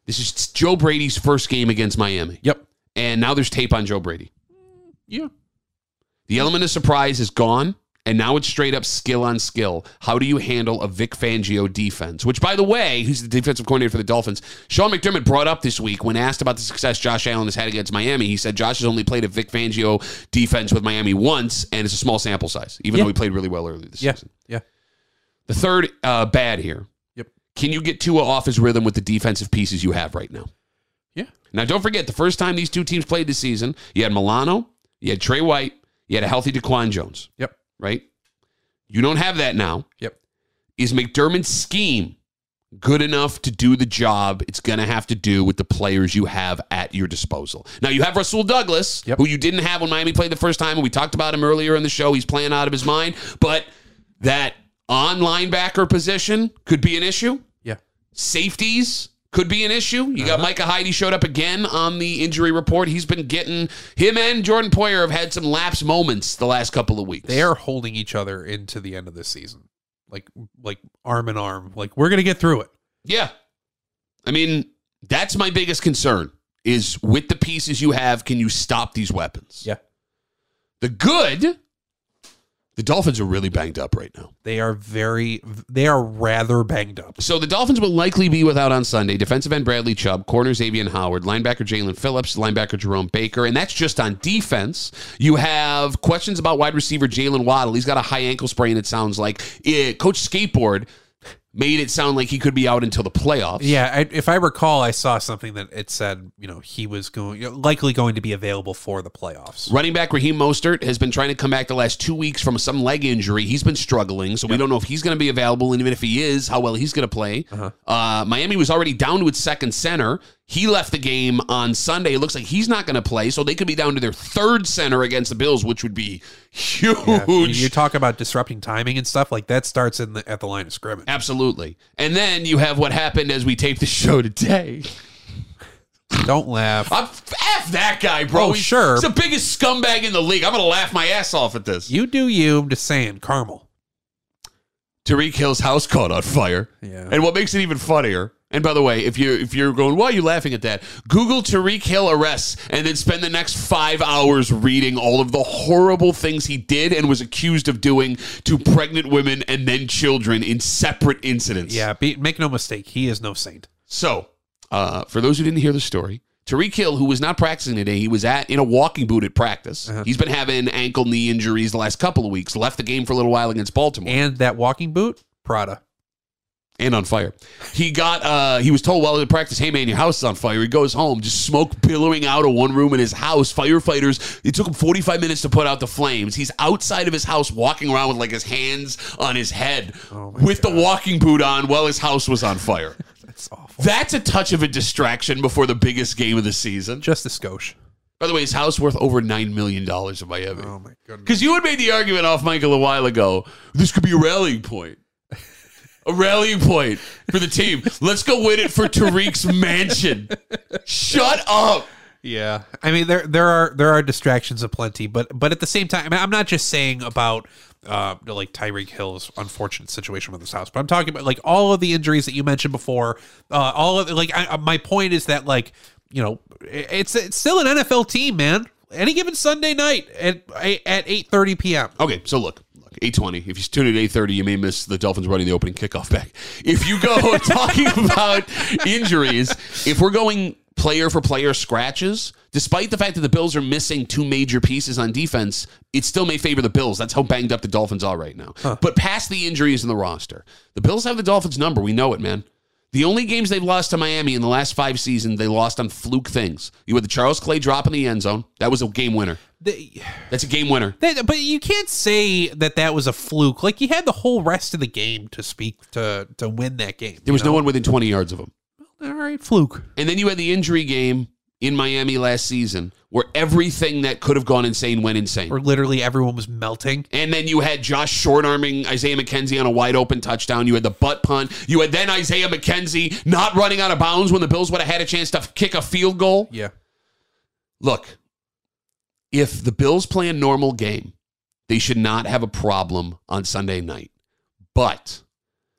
This is Joe Brady's first game against Miami.
Yep.
And now there's tape on Joe Brady.
Yeah. Hmm.
The element of surprise is gone, and now it's straight up skill on skill. How do you handle a Vic Fangio defense? Which, by the way, who's the defensive coordinator for the Dolphins? Sean McDermott brought up this week when asked about the success Josh Allen has had against Miami. He said Josh has only played a Vic Fangio defense with Miami once, and it's a small sample size, even
Yeah.
though he played really well earlier this
Yeah.
season.
Yeah.
The third uh, bad here.
Yep.
Can you get Tua off his rhythm with the defensive pieces you have right now?
Yeah.
Now, don't forget the first time these two teams played this season, you had Milano, you had Trey White, you had a healthy Daquan Jones
Yep.
right? You don't have that now.
Yep.
Is McDermott's scheme good enough to do the job, it's going to have to do with the players you have at your disposal. Now, you have Russell Douglas, who you didn't have when Miami played the first time, and we talked about him earlier in the show. He's playing out of his mind, but that on linebacker position could be an issue.
Yeah.
Safeties could be an issue. You
Uh-huh.
got Micah Hyde. He showed up again on the injury report. He's been getting him and Jordan Poyer have had some lapse moments the last couple of weeks.
They are holding each other into the end of this season. Like like arm in arm. Like we're gonna get through it.
Yeah. I mean, that's my biggest concern is with the pieces you have, can you stop these weapons?
Yeah.
The good, the Dolphins are really banged up right now.
They are very they are rather banged up.
So the Dolphins will likely be without on Sunday defensive end Bradley Chubb, corners Avian Howard, linebacker Jalen Phillips, linebacker Jerome Baker, and that's just on defense. You have questions about wide receiver Jalen Waddle. He's got a high ankle sprain. It sounds like Eh, Coach Skateboard made it sound like he could be out until the playoffs.
Yeah, I, if I recall, I saw something that it said, you know, he was going likely going to be available for the playoffs.
Running back Raheem Mostert has been trying to come back the last two weeks from some leg injury. He's been struggling, so we don't know if he's going to be available, and even if he is, how well he's going to play.
Uh-huh.
uh Miami was already down to its second center. He left the game on Sunday. It looks like he's not going to play, so they could be down to their third center against the Bills, which would be huge.
Yeah, I mean, you talk about disrupting timing and stuff like that starts in the, at the line of scrimmage.
Absolutely. And then you have what happened as we tape the show today.
Don't laugh.
I'm, F that guy, bro.
Oh,
He's-
sure.
He's the biggest scumbag in the league. I'm going to laugh my ass off at this.
You do you. I'm just saying, Carmel.
Tariq Hill's house caught on fire.
Yeah.
And what makes it even funnier, and by the way, if you if you're going, why are you laughing at that? Google Tariq Hill arrests and then spend the next five hours reading all of the horrible things he did and was accused of doing to pregnant women and then children in separate incidents.
Yeah, be, make no mistake. He is no saint.
So, uh, for those who didn't hear the story, Tariq Hill, who was not practicing today, he was at in a walking boot at practice.
Uh-huh.
He's been having ankle knee injuries the last couple of weeks. Left the game for a little while against Baltimore.
And that walking boot, Prada.
and on fire. He got uh he was told while in practice, hey man, your house is on fire. He goes home, just smoke billowing out of one room in his house. Firefighters, it took him 45 minutes to put out the flames. He's outside of his house walking around with like his hands on his head with the walking boot on while his house was on fire.
That's awful.
That's a touch of a distraction before the biggest game of the season.
Just a skosh.
By the way, his house worth over $9 million in Miami.
Oh my goodness.
Because you had made the argument off Michael a while ago. This could be a rallying point. A rallying point for the team. Let's go win it for Tariq's mansion. Shut up.
Yeah. I mean there there are there are distractions aplenty, but but at the same time, I mean, I'm not just saying about uh like Tyreek Hill's unfortunate situation with his house, but I'm talking about like all of the injuries that you mentioned before. Uh all of like I, I- my point is that like, you know, i- it's it's still an NFL team, man. Any given Sunday night at at 8:30 p.m.
Okay, so look. look 820. If you tune in at 830, you may miss the Dolphins running the opening kickoff back. If you go talking about injuries, if we're going player for player scratches, despite the fact that the Bills are missing two major pieces on defense, it still may favor the Bills. That's how banged up the Dolphins are right now. But past the injuries in the roster, the Bills have the Dolphins number. We know it, man. The only games they've lost to Miami in the last five seasons, they lost on fluke things. You had the Charles Clay drop in the end zone. That was a game winner.
They-
That's a game winner.
That, but you can't say that that was a fluke. Like you had the whole rest of the game to speak to to win that game.
There was no one within 20 yards of him.
All right, fluke.
And then you had the injury game in Miami last season where everything that could have gone insane went insane.
Where literally everyone was melting.
And then you had Josh short arming Isaiah McKenzie on a wide open touchdown. You had the butt punt. You had then Isaiah McKenzie not running out of bounds when the Bills would have had a chance to kick a field goal.
Yeah.
Look, if the Bills play a normal game, they should not have a problem on Sunday night. But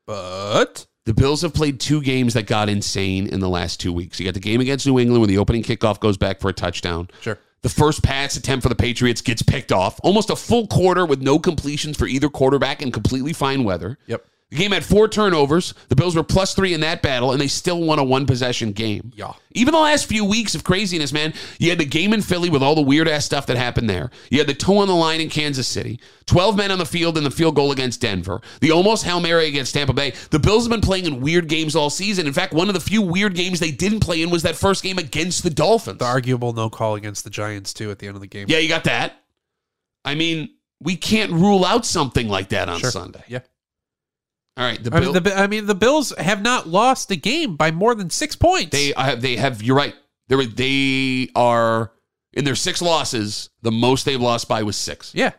But
The Bills have played two games that got insane in the last two weeks. You got the game against New England where the opening kickoff goes back for a touchdown.
sure.
The first pass attempt for the Patriots gets picked off. Almost a full quarter with no completions for either quarterback and completely fine weather.
Yep.
The game had four turnovers. The Bills were plus three in that battle, and they still won a one possession game.
Yeah.
Even the last few weeks of craziness, man, you had the game in Philly with all the weird ass stuff that happened there. You had the toe on the line in Kansas City, 12 men on the field, and the field goal against Denver, the almost Hail Mary against Tampa Bay. The Bills have been playing in weird games all season. In fact, one of the few weird games they didn't play in was that first game against the Dolphins.
The arguable no call against the Giants too at the end of the game.
Yeah, you got that. I mean, we can't rule out something like that on Sunday.
Yeah.
All right, the
I mean,
Bill.
the, I mean, the Bills have not lost a game by more than six points.
they uh, they have. You're right. They were- they are in their six losses. The most they've lost by was six.
yeah.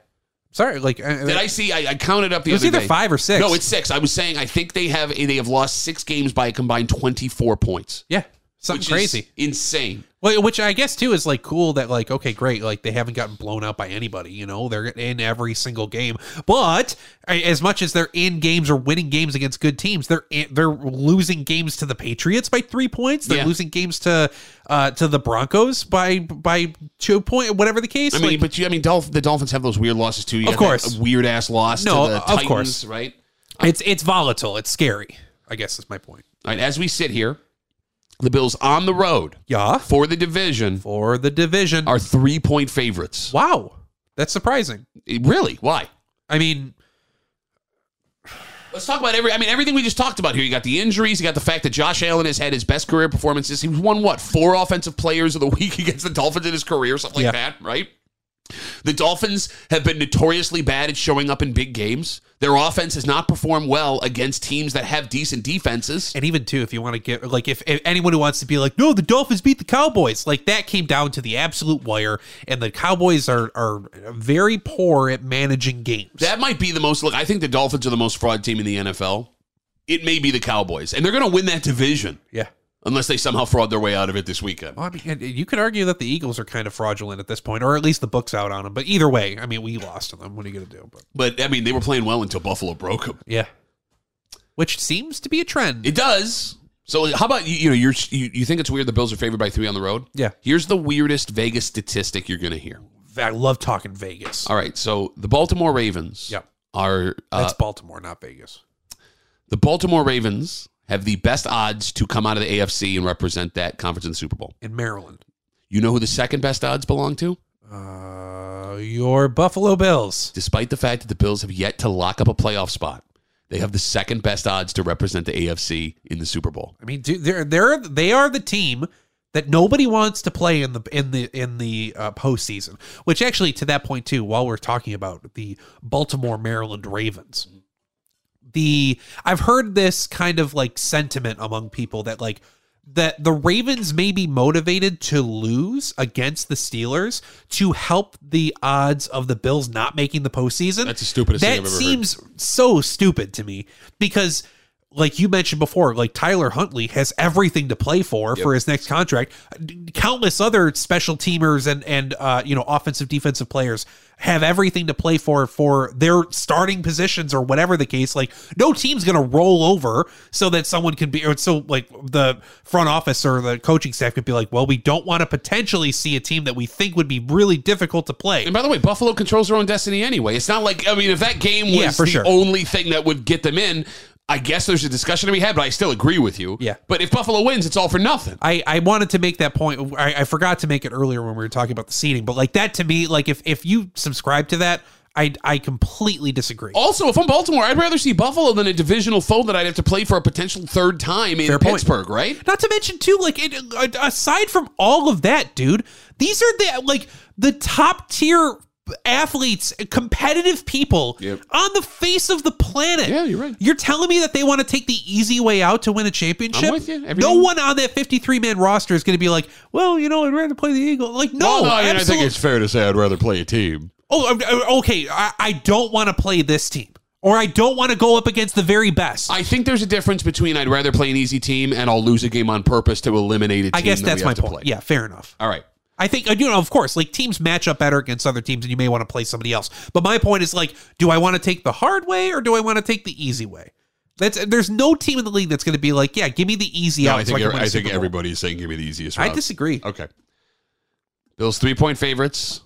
Sorry, like uh,
Did I see? I, I counted up the
it was
other
either
day.
five or six.
No, it's six. I was saying I think they have they have lost six games by a combined twenty four points.
yeah, something
which
crazy.
is insane.
Well, which I guess too is like cool that like okay, great, like they haven't gotten blown out by anybody. You know, they're in every single game. But a- as much as they're in games or winning games against good teams, they're in, they're losing games to the Patriots by three points. They're
Yeah.
losing games to uh to the Broncos by by two point, whatever the case.
I mean,
Like,
but you, I mean, Dolph, the Dolphins have those weird losses too. You
Of
have
course.
that weird ass loss.
No,
to the
of
Titans,
course.
right?
it's it's volatile. It's scary. I guess is my point.
All right, as we sit here, the Bills on the road
Yeah,
for the division
for the division.
are three point favorites.
wow, that's surprising.
Really? Why?
I mean,
Let's talk about every. I mean, everything we just talked about here. You got the injuries. You got the fact that Josh Allen has had his best career performances. He's won what four offensive players of the week against the Dolphins in his career, something
Yeah.
like that, right? The Dolphins have been notoriously bad at showing up in big games. Their offense has not performed well against teams that have decent defenses.
And even too, if you want to get like if, if anyone who wants to be like, no, the Dolphins beat the Cowboys, like that came down to the absolute wire, and the Cowboys are are very poor at managing games.
That might be the most. Look, I think the Dolphins are the most fraud team in the NFL. It may be the Cowboys, and they're going to win that division
yeah.
unless they somehow fraud their way out of it this weekend.
Well, I mean, you could argue that the Eagles are kind of fraudulent at this point, or at least the book's out on them. But either way, I mean, we lost to them. What are you going to do? But
But I mean, they were playing well until Buffalo broke them.
yeah, which seems to be a trend.
It does. So how about you? You know, you're, you you think it's weird the Bills are favored by three on the road.
Yeah.
Here's the weirdest Vegas statistic you're going to hear.
I love talking Vegas.
All right, so the Baltimore Ravens.
Yep.
Are uh,
That's Baltimore, not Vegas.
the Baltimore Ravens have the best odds to come out of the AFC and represent that conference in the Super Bowl?
In Maryland,
You know who the second best odds belong to?
uh, your Buffalo Bills.
Despite the fact that the Bills have yet to lock up a playoff spot, they have the second best odds to represent the AFC in the Super Bowl.
I mean, dude, they're they're they are the team that nobody wants to play in the in the in the uh, postseason. Which actually, to that point too, while we're talking about the Baltimore Maryland Ravens, the I've heard this kind of like sentiment among people that like that the Ravens may be motivated to lose against the Steelers to help the odds of the Bills not making the postseason.
That's the stupidest thing I've
That
ever heard.
seems so stupid to me because like you mentioned before, like Tyler Huntley has everything to play for for his next contract. Countless other special teamers and and uh, you know offensive defensive players have everything to play for for their starting positions or whatever the case. Like no team's going to roll over so that someone can be or so like the front office or the coaching staff could be like, well, we don't want to potentially see a team that we think would be really difficult to play.
And by the way, Buffalo controls their own destiny anyway. It's not like I mean, if that game was
Yeah, for
the
sure.
only thing that would get them in, I guess there's a discussion to be had. But I still agree with you.
Yeah.
But if Buffalo wins, it's all for nothing.
I, I wanted to make that point. I, I forgot to make it earlier when we were talking about the seating, but like that to me, like if if you subscribe to that, I I completely disagree.
Also, if I'm Baltimore, I'd rather see Buffalo than a divisional foe that I'd have to play for a potential third time in
Fair point.
Pittsburgh, right?
Not to mention too, like it, a- aside from all of that, dude, these are the like the top tier athletes, competitive people
Yep.
on the face of the planet.
Yeah, you're right.
You're telling me that they want to take the easy way out to win a championship?
I'm with you.
No
Everything-
one on that 53 man roster is going to be like, well, you know, I'd rather play the Eagle. Like, no, absolutely.
fair to say I'd rather play a team.
Oh, I'm- I'm- okay. I, I don't want to play this team, or I don't want to go up against the very best. I,
I think there's a difference between I'd rather play an easy team and I'll lose a game on purpose to eliminate a team.
guess
that
that's
we have
my
to
point.
play.
Yeah, fair enough.
All right.
I think uh, you know, of course, like teams match up better against other teams, and you may want to play somebody else. But my point is, like, do I want to take the hard way or do I want to take the easy way? That's uh, there's no team in the league that's going to be like, yeah, give me the easy out. so can win a Super Bowl.
everybody's saying give me the easiest.
I disagree.
Okay. Bills three point favorites,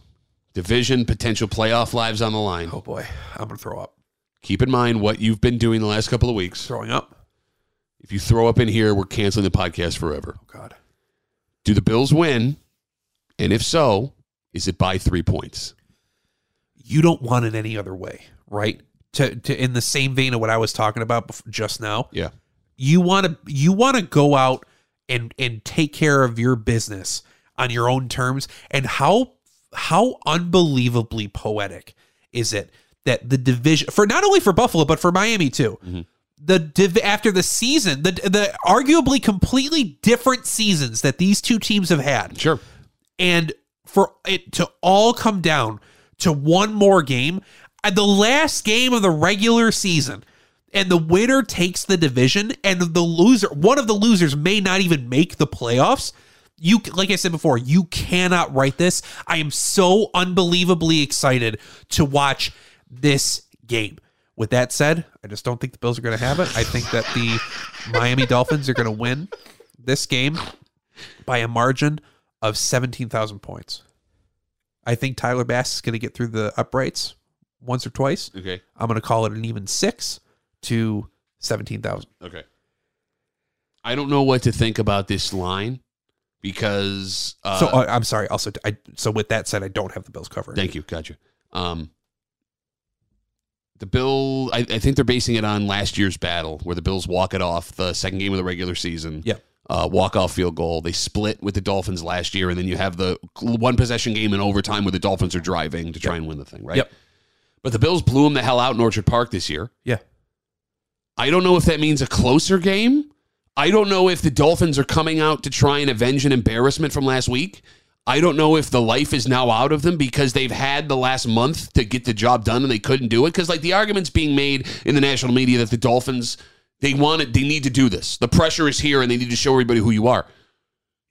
division potential playoff lives on the line.
Oh boy, I'm gonna throw up.
Keep in mind what you've been doing the last couple of weeks.
Throwing up.
If you throw up in here, we're canceling the podcast forever.
Oh God.
Do the Bills win? And if so, is it by three points?
you don't want it any other way, right? To, to in the same vein of what I was talking about bef- just now,
Yeah.
you want to you want to go out and and take care of your business on your own terms. And how how unbelievably poetic is it that the division for not only for Buffalo but for Miami too the div- after the season, the the arguably completely different seasons that these two teams have had
Sure.
and for it to all come down to one more game at the last game of the regular season and the winner takes the division and the loser one of the losers may not even make the playoffs you like i said before you cannot write this i am so unbelievably excited to watch this game with that said i just don't think the bills are going to have it i think that the miami dolphins are going to win this game by a margin of 17,000 points. I think Tyler Bass is going to get through the uprights once or twice.
Okay.
I'm going to call it an even six to 17,000.
Okay. I don't know what to think about this line because. Uh,
so uh, I'm sorry. Also, I, so with that said, I don't have the Bills covered.
Thank you. Gotcha. Um, the bill, I, I think they're basing it on last year's battle where the Bills walk it off the second game of the regular season.
Yep.
Uh, walk off field goal. They split with the Dolphins last year, and then you have the one possession game in overtime where the Dolphins are driving to try and win the thing, right?
Yep.
But the Bills blew them the hell out in Orchard Park this year.
Yeah.
I don't know if that means a closer game. I don't know if the Dolphins are coming out to try and avenge an embarrassment from last week. I don't know if the life is now out of them because they've had the last month to get the job done and they couldn't do it. Because like the arguments being made in the national media that the Dolphins they want it, they need to do this. The pressure is here and they need to show everybody who you are.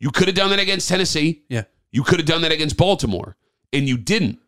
You could have done that against Tennessee.
Yeah.
You could have done that against Baltimore, and you didn't.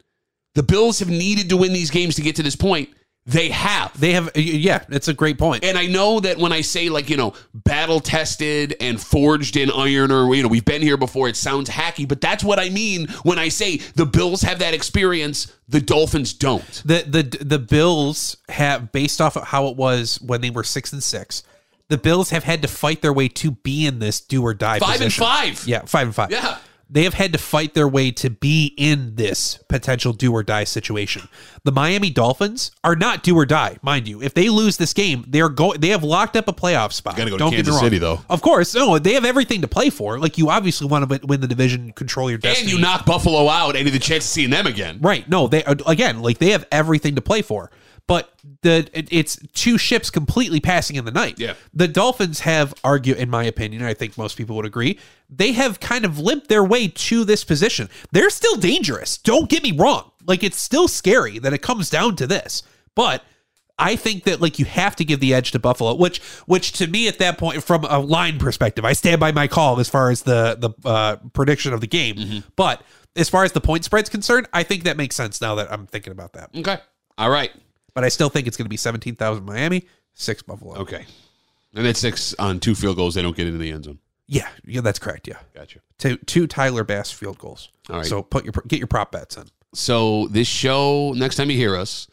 The Bills have needed to win these games to get to this point. They have.
They have, yeah, it's a great point.
And I know that when I say like, you know, battle tested and forged in iron or you know, we've been here before, it sounds hacky, but that's what I mean when I say the Bills have that experience, the Dolphins don't.
the the the Bills have based off of how it was when they were six and six. The Bills have had to fight their way to be in this do or die.
Five and
position.
five.
Yeah, five and five.
Yeah.
They have had to fight their way to be in this potential do or die situation. The Miami Dolphins are not do or die, mind you. If they lose this game, they're go- they have locked up a playoff spot.
go to
Don't get me
Kansas
wrong.
City, though.
Of course. No, they have everything to play for. Like you obviously want to win the division, control your destiny.
And you knock Buffalo out, any of the chance of seeing them again.
Right. No, they uh, again, like they have everything to play for. But the it- it's two ships completely passing in the night.
Yeah.
The Dolphins have argue in my opinion, and I think most people would agree, they have kind of limped their way to this position. They're still dangerous. Don't get me wrong. Like it's still scary that it comes down to this. But I think that like you have to give the edge to Buffalo, which which to me at that point from a line perspective, I stand by my call as far as the the uh, prediction of the game.
Mm-hmm.
But as far as the point spread's concerned, I think that makes sense now that I'm thinking about that.
Okay. All right.
But I still think it's going to be seventeen thousand Miami, six Buffalo.
Okay. And that's six on two field goals, they don't get into the end zone.
Yeah, yeah, that's correct. Yeah,
Gotcha.
two, two Tyler Bass field goals.
All right.
So put your get your prop bets in.
So this show, next time you hear us,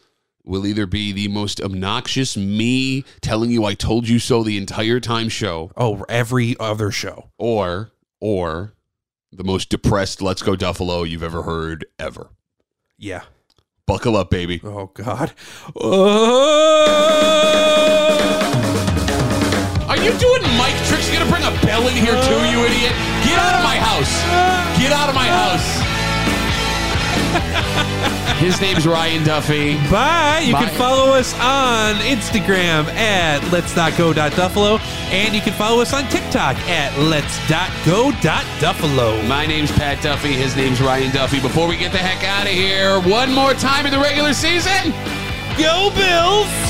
will either be the most obnoxious me telling you I told you so the entire time show.
Oh, every other show.
or or the most depressed let's go duffalo you've ever heard ever
Yeah.
buckle up baby
Oh God. Uh, Oh!
are you doing mic tricks you gonna bring a bell in here too you idiot get out of my house get out of my house his name's ryan duffy
Bye. You
Bye.
can follow us on Instagram at let's not go duffalo, and you can follow us on TikTok at let's dot go dot duffalo.
my name's pat duffy his name's ryan duffy before we get the heck out of here one more time in the regular season
Go Bills!